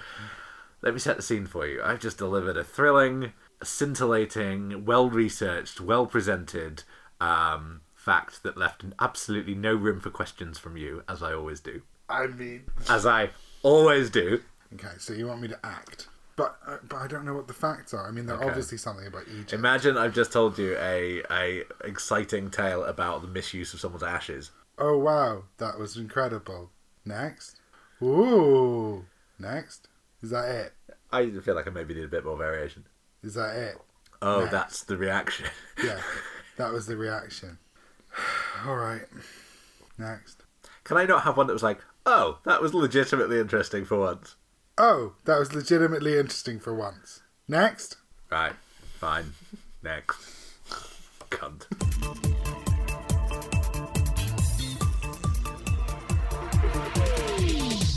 Speaker 2: Let me set the scene for you. I've just delivered a thrilling, scintillating, well researched, well presented um, fact that left absolutely no room for questions from you, as I always do
Speaker 1: I mean,
Speaker 2: as I always do.
Speaker 1: okay, so you want me to act, but uh, but I don't know what the facts are. I mean, they're
Speaker 2: Okay.
Speaker 1: obviously something about Egypt.
Speaker 2: Imagine I've just told you a a exciting tale about the misuse of someone's ashes.
Speaker 1: oh wow, that was incredible. Next, ooh, next, is that it?
Speaker 2: I feel like I maybe need a bit more variation.
Speaker 1: Is that it?
Speaker 2: Oh,
Speaker 1: Nice.
Speaker 2: that's the reaction.
Speaker 1: Yeah, that was the reaction. All right, next.
Speaker 2: Can I not have one that was like, oh, that was legitimately interesting for once?
Speaker 1: Oh, that was legitimately interesting for once. Next.
Speaker 2: Right, fine. Next. Cunt.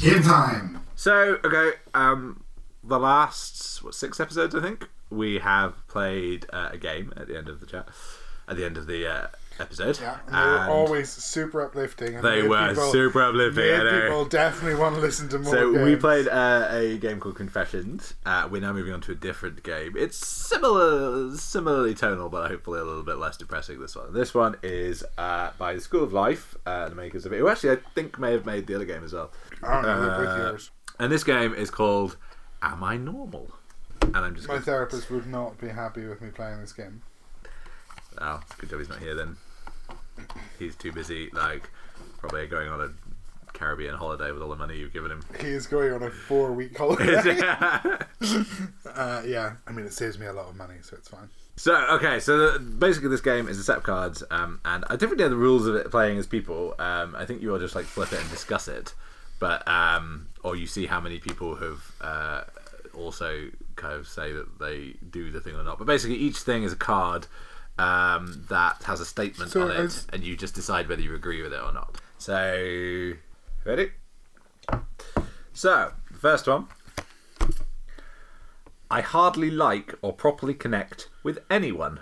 Speaker 1: Game time.
Speaker 2: So, okay, um, the last what six episodes, I think we have played uh, a game at the end of the chat, at the end of the uh, episode.
Speaker 1: Yeah, and they were
Speaker 2: and
Speaker 1: always super uplifting. And
Speaker 2: they
Speaker 1: made
Speaker 2: were
Speaker 1: people,
Speaker 2: super uplifting. I
Speaker 1: Made
Speaker 2: know.
Speaker 1: people definitely want to listen to more.
Speaker 2: So we
Speaker 1: games.
Speaker 2: played uh, a game called Confessions. Uh, we're now moving on to a different game. It's similar, similarly tonal, but hopefully a little bit less depressing. This one. This one is uh, by the School of Life, uh, the makers of it, who actually I think may have made the other game as well.
Speaker 1: I don't know, they're with
Speaker 2: uh,
Speaker 1: yours.
Speaker 2: And this game is called Am I Normal? And I'm just
Speaker 1: My
Speaker 2: going
Speaker 1: therapist would not be happy with me playing this game.
Speaker 2: oh, good job he's not here then. He's too busy, like probably going on a Caribbean holiday with all the money you've given him.
Speaker 1: He is going on a four-week holiday. uh, yeah, I mean, it saves me a lot of money, so it's fine.
Speaker 2: So okay, so the, basically this game is a set of cards, um, and I definitely know the rules of it playing as people. Um, I think you all just like flip it and discuss it, but um, or you see how many people have uh, also kind of say that they do the thing or not. But basically, each thing is a card um, that has a statement
Speaker 1: So
Speaker 2: on it,
Speaker 1: as-
Speaker 2: and you just decide whether you agree with it or not. So ready? So the first one. I hardly like or properly connect with anyone.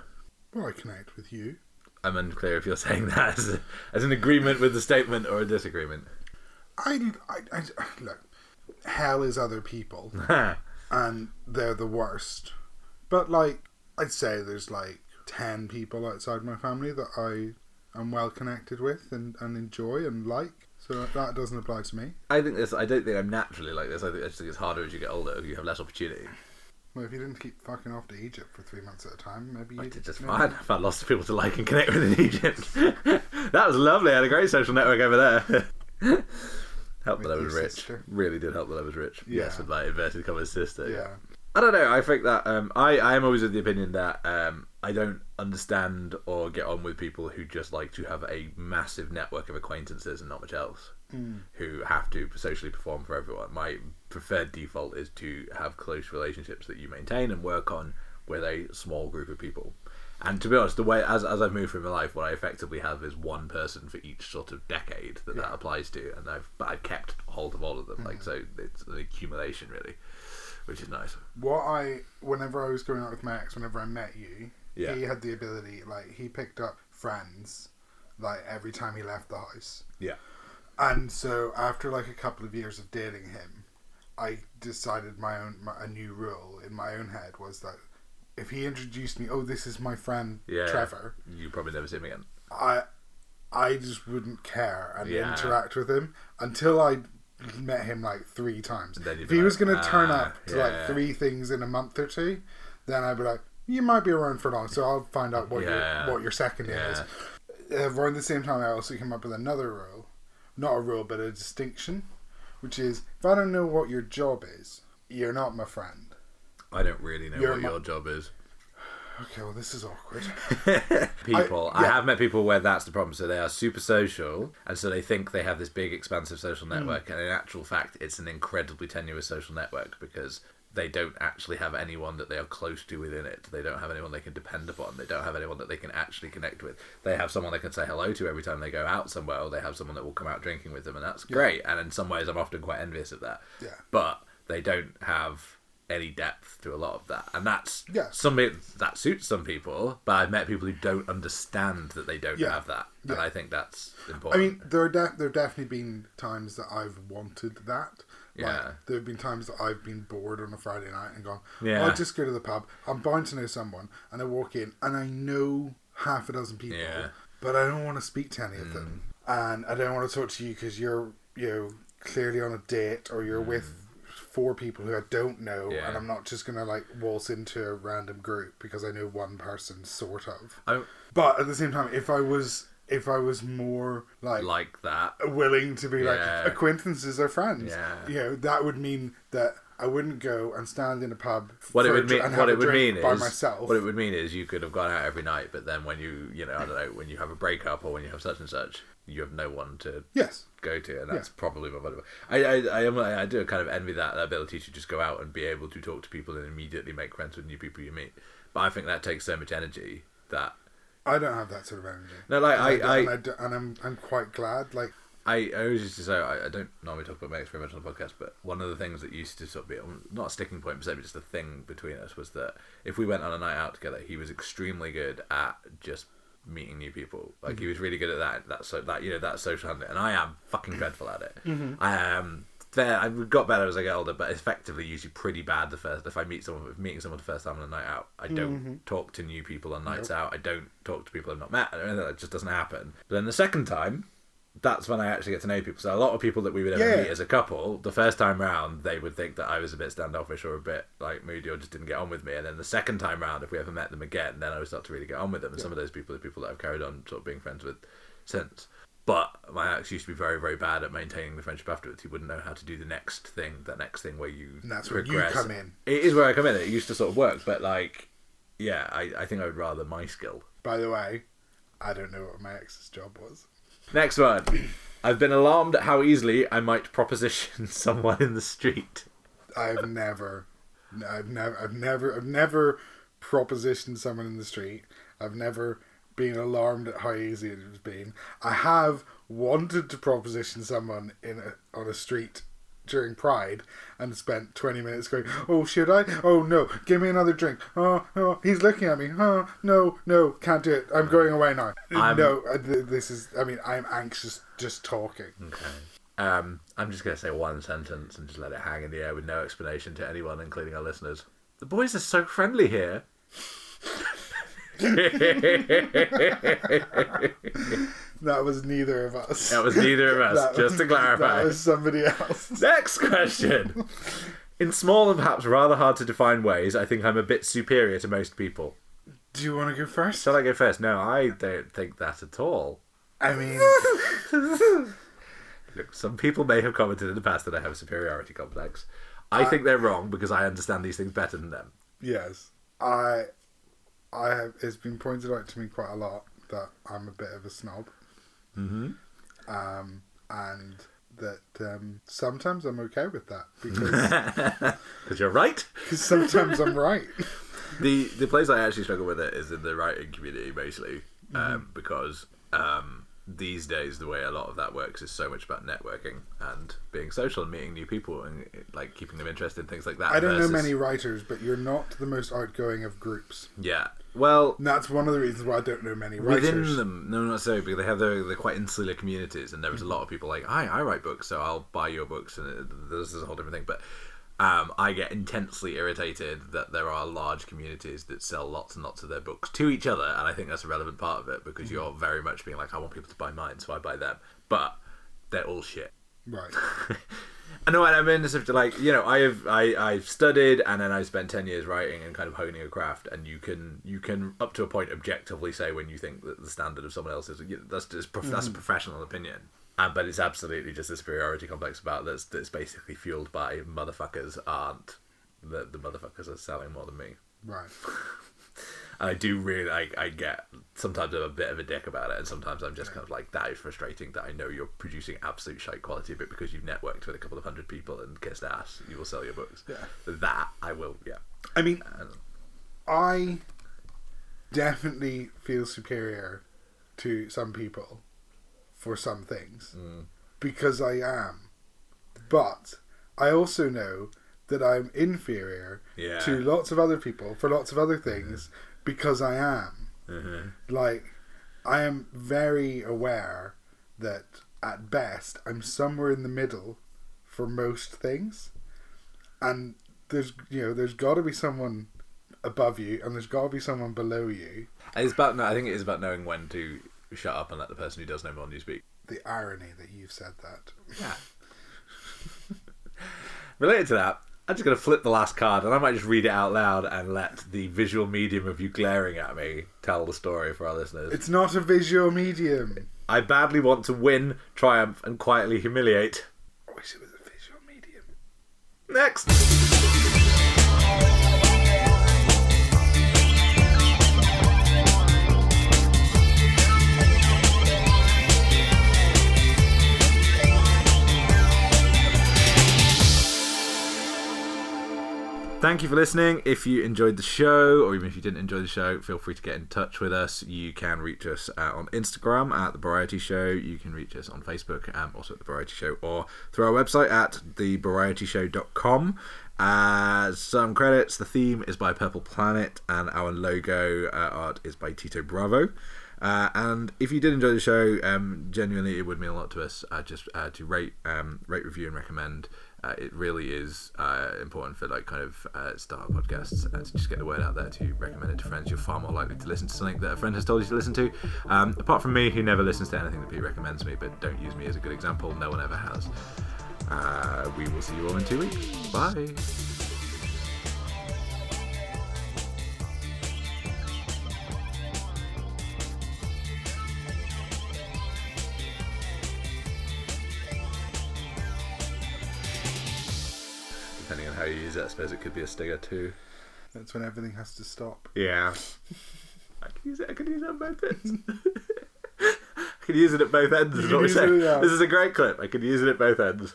Speaker 1: Well, I connect with you.
Speaker 2: I'm unclear if you're saying that as, as an agreement with the statement or a disagreement.
Speaker 1: I, I, I look. Hell is other people,
Speaker 2: Ha.
Speaker 1: and they're the worst. But like, I'd say there's like ten people outside my family that I am well connected with and, and enjoy and like. So that doesn't apply to me.
Speaker 2: I think this. I don't think I'm naturally like this. I think I just think it's harder as you get older. You have less opportunity.
Speaker 1: Well, if you didn't keep fucking off to Egypt for three months at a time, maybe
Speaker 2: I
Speaker 1: you'd
Speaker 2: did just
Speaker 1: maybe-
Speaker 2: fine. I found lots of people to like and connect with in Egypt. that was lovely. I had a great social network over there. helped
Speaker 1: With
Speaker 2: that I
Speaker 1: your
Speaker 2: was rich.
Speaker 1: sister.
Speaker 2: Really did help that I was rich.
Speaker 1: Yeah.
Speaker 2: Yes, with like inverted commas sister.
Speaker 1: Yeah.
Speaker 2: I don't know. I think that um, I I am always of the opinion that um, I don't understand or get on with people who just like to have a massive network of acquaintances and not much else. Who have to socially perform for everyone. My preferred default is to have close relationships that you maintain and work on with a small group of people. And to be honest, the way as as I've moved through my life, what I effectively have is one person for each sort of decade that that applies to, and I've but I've kept hold of all of them. Like so, it's an accumulation really, which is nice.
Speaker 1: What I, whenever I was going out with Max, whenever I met you,
Speaker 2: Yeah.
Speaker 1: he had the ability. Like he picked up friends, like every time he left the house.
Speaker 2: Yeah.
Speaker 1: And so after like a couple of years of dating him, I decided my own my, a new rule in my own head was that if he introduced me, oh, this is my friend
Speaker 2: Yeah.
Speaker 1: Trevor,
Speaker 2: You probably never see him again.
Speaker 1: I I just wouldn't care and
Speaker 2: Yeah.
Speaker 1: interact with him until I met him like three times.
Speaker 2: Then you'd
Speaker 1: If
Speaker 2: be
Speaker 1: he was
Speaker 2: like,
Speaker 1: going to turn
Speaker 2: "Ah,
Speaker 1: up to
Speaker 2: yeah."
Speaker 1: like three things in a month or two, then I'd be like, you might be around for long, so I'll find out what
Speaker 2: Yeah.
Speaker 1: your what your second year is. Uh, Around the same time, I also came up with another rule, not a rule but a distinction, which is if I don't know what your job is, you're not my friend.
Speaker 2: I don't really know
Speaker 1: You're
Speaker 2: what
Speaker 1: my-
Speaker 2: your job is.
Speaker 1: Okay, well this is awkward.
Speaker 2: People, I,
Speaker 1: yeah.
Speaker 2: have met people where that's the problem. So they are super social, and so they think they have this big, expansive social
Speaker 1: Hmm.
Speaker 2: network, and in actual fact, it's an incredibly tenuous social network because they don't actually have anyone that they are close to within it. They don't have anyone they can depend upon. They don't have anyone that they can actually connect with. They have someone they can say hello to every time they go out somewhere, or they have someone that will come out drinking with them, and that's great. And in some ways, I'm often quite envious of that.
Speaker 1: Yeah.
Speaker 2: But they don't have any depth to a lot of that, and that's
Speaker 1: Yeah.
Speaker 2: some pe- that suits some people, but I've met people who don't understand that they don't
Speaker 1: Yeah.
Speaker 2: have that, and
Speaker 1: Yeah.
Speaker 2: I think that's
Speaker 1: I
Speaker 2: important.
Speaker 1: mean, there are def- there have definitely been times that I've wanted that.
Speaker 2: Yeah.
Speaker 1: Like, there have been times that I've been bored on a Friday night and gone, "Oh,
Speaker 2: Yeah.
Speaker 1: I'll just go to the pub. I'm bound to know someone. And I walk in and I know half a dozen people,
Speaker 2: Yeah. Mm.
Speaker 1: but I don't want to speak to any of them. And I don't want to talk to you because you're, you know, clearly on a date or you're with four people who I don't know.
Speaker 2: Mm. Yeah.
Speaker 1: And I'm not just going to, like, waltz into a random group because I know one person, sort of.
Speaker 2: I
Speaker 1: But at the same time, if I was if I was more like,
Speaker 2: like that.
Speaker 1: willing to be
Speaker 2: Yeah.
Speaker 1: like acquaintances are friends,
Speaker 2: Yeah.
Speaker 1: you know, that would mean that I wouldn't go and stand in a pub.
Speaker 2: What it
Speaker 1: for a
Speaker 2: would
Speaker 1: dr-
Speaker 2: mean,
Speaker 1: and
Speaker 2: what
Speaker 1: have a
Speaker 2: it would
Speaker 1: drink
Speaker 2: mean
Speaker 1: by
Speaker 2: is,
Speaker 1: myself.
Speaker 2: what it would mean is, you could have gone out every night, but then when you, you know, I don't know, when you have a breakup or when you have such and such, you have no one to
Speaker 1: yes,
Speaker 2: go to, and that's probably my motive. I, I, I am, I do kind of envy that ability to just go out and be able to talk to people and immediately make friends with new people you meet. But I think that takes so much energy that
Speaker 1: I don't have that sort of energy.
Speaker 2: no, like I,
Speaker 1: and,
Speaker 2: I,
Speaker 1: and, do- and I'm I'm quite glad. Like
Speaker 2: I, I always used to say I, I don't normally talk about my experiments on the podcast, but one of the things that used to sort of be um, not a sticking point per se, but just a thing between us was that if we went on a night out together, he was extremely good at just meeting new people. Like he was really good at that. That so that you know that social handling, and I am fucking dreadful at it. I am. Fair, I got better as I get older, but effectively usually pretty bad the first. If I meet someone, if meeting someone the first time on a night out, I don't talk to new people on nights out. I don't talk to people I've not met. I don't know, That just doesn't happen. But then the second time, that's when I actually get to know people. So a lot of people that we would ever
Speaker 1: Yeah.
Speaker 2: meet as a couple, the first time round, they would think that I was a bit standoffish or a bit like moody or just didn't get on with me. And then the second time round, if we ever met them again, then I would start to really get on with them. And some of those people are people that I've carried on sort of being friends with since. But my ex used to be very, very bad at maintaining the friendship afterwards. He wouldn't know how to do the next thing, that next thing where you
Speaker 1: And that's where you come in.
Speaker 2: It is where I come in. It used to sort of work, but like, yeah, I, I think I would rather my skill.
Speaker 1: By the way, I don't know what my ex's job was.
Speaker 2: Next one. I've been alarmed at how easily I might proposition someone in the street.
Speaker 1: I've never, I've never, I've never, I've never propositioned someone in the street. I've never been alarmed at how easy it has been. I have wanted to proposition someone in a, on a street during Pride and spent 20 minutes going, oh, should I? Oh, no, give me another drink. Oh, oh he's looking at me. Oh, no, no, can't do it. I'm going away now.
Speaker 2: I'm-
Speaker 1: No, uh, th- this is, I mean, I'm anxious just talking.
Speaker 2: Um, I'm just going to say one sentence and just let it hang in the air with no explanation to anyone, including our listeners. The boys are so friendly here.
Speaker 1: That was neither of us.
Speaker 2: That was neither of us,
Speaker 1: That
Speaker 2: just to
Speaker 1: was-
Speaker 2: clarify.
Speaker 1: That was somebody else.
Speaker 2: Next question. In small and perhaps rather hard to define ways, I think I'm a bit superior to most people.
Speaker 1: Do you want to go first?
Speaker 2: Shall I go first? No, I don't think that at all.
Speaker 1: I mean,
Speaker 2: Look, some people may have commented in the past that I have a superiority complex.
Speaker 1: Uh,
Speaker 2: I think they're wrong because I understand these things better than them.
Speaker 1: yes. I, I have. It's been pointed out to me quite a lot that I'm a bit of a snob. Mm-hmm. Um, and that um, sometimes I'm okay with that because
Speaker 2: Because you're right.
Speaker 1: 'cause sometimes I'm right.
Speaker 2: the the place I actually struggle with it is in the writing community, basically, um,
Speaker 1: Mm-hmm.
Speaker 2: because um, these days the way a lot of that works is so much about networking and being social and meeting new people and like keeping them interested in things like that.
Speaker 1: I don't know
Speaker 2: versus-
Speaker 1: many writers, but you're not the most outgoing of groups.
Speaker 2: Yeah, well,
Speaker 1: And that's one of the reasons why I don't know many writers.
Speaker 2: within them, no, not so because they have their they're quite insular communities, and there was a lot of people like, I I write books, so I'll buy your books, and it- this is a whole different thing, but. Um, I get intensely irritated that there are large communities that sell lots and lots of their books to each other, and I think that's a relevant part of it because you're very much being like, I want people to buy mine, so I buy them, but they're all shit.
Speaker 1: Right.
Speaker 2: I know what I mean. It's like you know, I have I I've studied and then I spent ten years writing and kind of honing a craft. And you can you can up to a point objectively say when you think that the standard of someone else is you that's just prof- that's a professional opinion. Uh, but it's absolutely just a superiority complex about that's that's basically fueled by motherfuckers aren't the the motherfuckers are selling more than me.
Speaker 1: Right.
Speaker 2: And I do really I I get sometimes I'm a bit of a dick about it, and sometimes I'm just kind of like that is frustrating that I know you're producing absolute shite quality, but because you've networked with a couple of hundred people and kissed ass, you will sell your books.
Speaker 1: Yeah.
Speaker 2: That I will. Yeah.
Speaker 1: I mean,
Speaker 2: don't know.
Speaker 1: I definitely feel superior to some people for some things because I am. But I also know that I'm inferior
Speaker 2: Yeah.
Speaker 1: to lots of other people for lots of other things because I am. Like, I am very aware that at best I'm somewhere in the middle for most things and there's you know there's got to be someone above you and there's got to be someone below you
Speaker 2: It's about. I think it is about knowing when to shut up and let the person who does know more than you speak.
Speaker 1: the irony that you've said that
Speaker 2: Yeah. Related to that, I'm just going to flip the last card and I might just read it out loud and let the visual medium of you glaring at me tell the story for our listeners.
Speaker 1: it's not a visual medium
Speaker 2: I badly want to win, triumph, and quietly humiliate.
Speaker 1: i wish it was a visual medium
Speaker 2: Next! Thank you for listening. If you enjoyed the show, or even if you didn't enjoy the show, feel free to get in touch with us. You can reach us uh, on Instagram at The Variety Show. You can reach us on Facebook, um, also at The Variety Show, or through our website at TheVarietyShow.com. Uh, some credits. The theme is by Purple Planet, and our logo uh, art is by Tito Bravo. Uh, and if you did enjoy the show, um, genuinely, it would mean a lot to us. Uh, just uh, to rate, um, rate, review, and recommend. Uh, it really is uh, important for like kind of uh, startup podcasts uh, to just get the word out there to recommend it to friends. You're far more likely to listen to something that a friend has told you to listen to. Um, apart from me, who never listens to anything that Pete recommends me, but don't use me as a good example. No one ever has. Uh, we will see you all in two weeks. Bye. Depending on how you use it, I suppose it could be a stinger too.
Speaker 1: That's when everything has to stop.
Speaker 2: Yeah. I could use it. I could use it on both ends. I could use it at both ends. Is
Speaker 1: You
Speaker 2: what we
Speaker 1: could
Speaker 2: say.
Speaker 1: use it, yeah.
Speaker 2: This is a great clip. I could use it at both ends.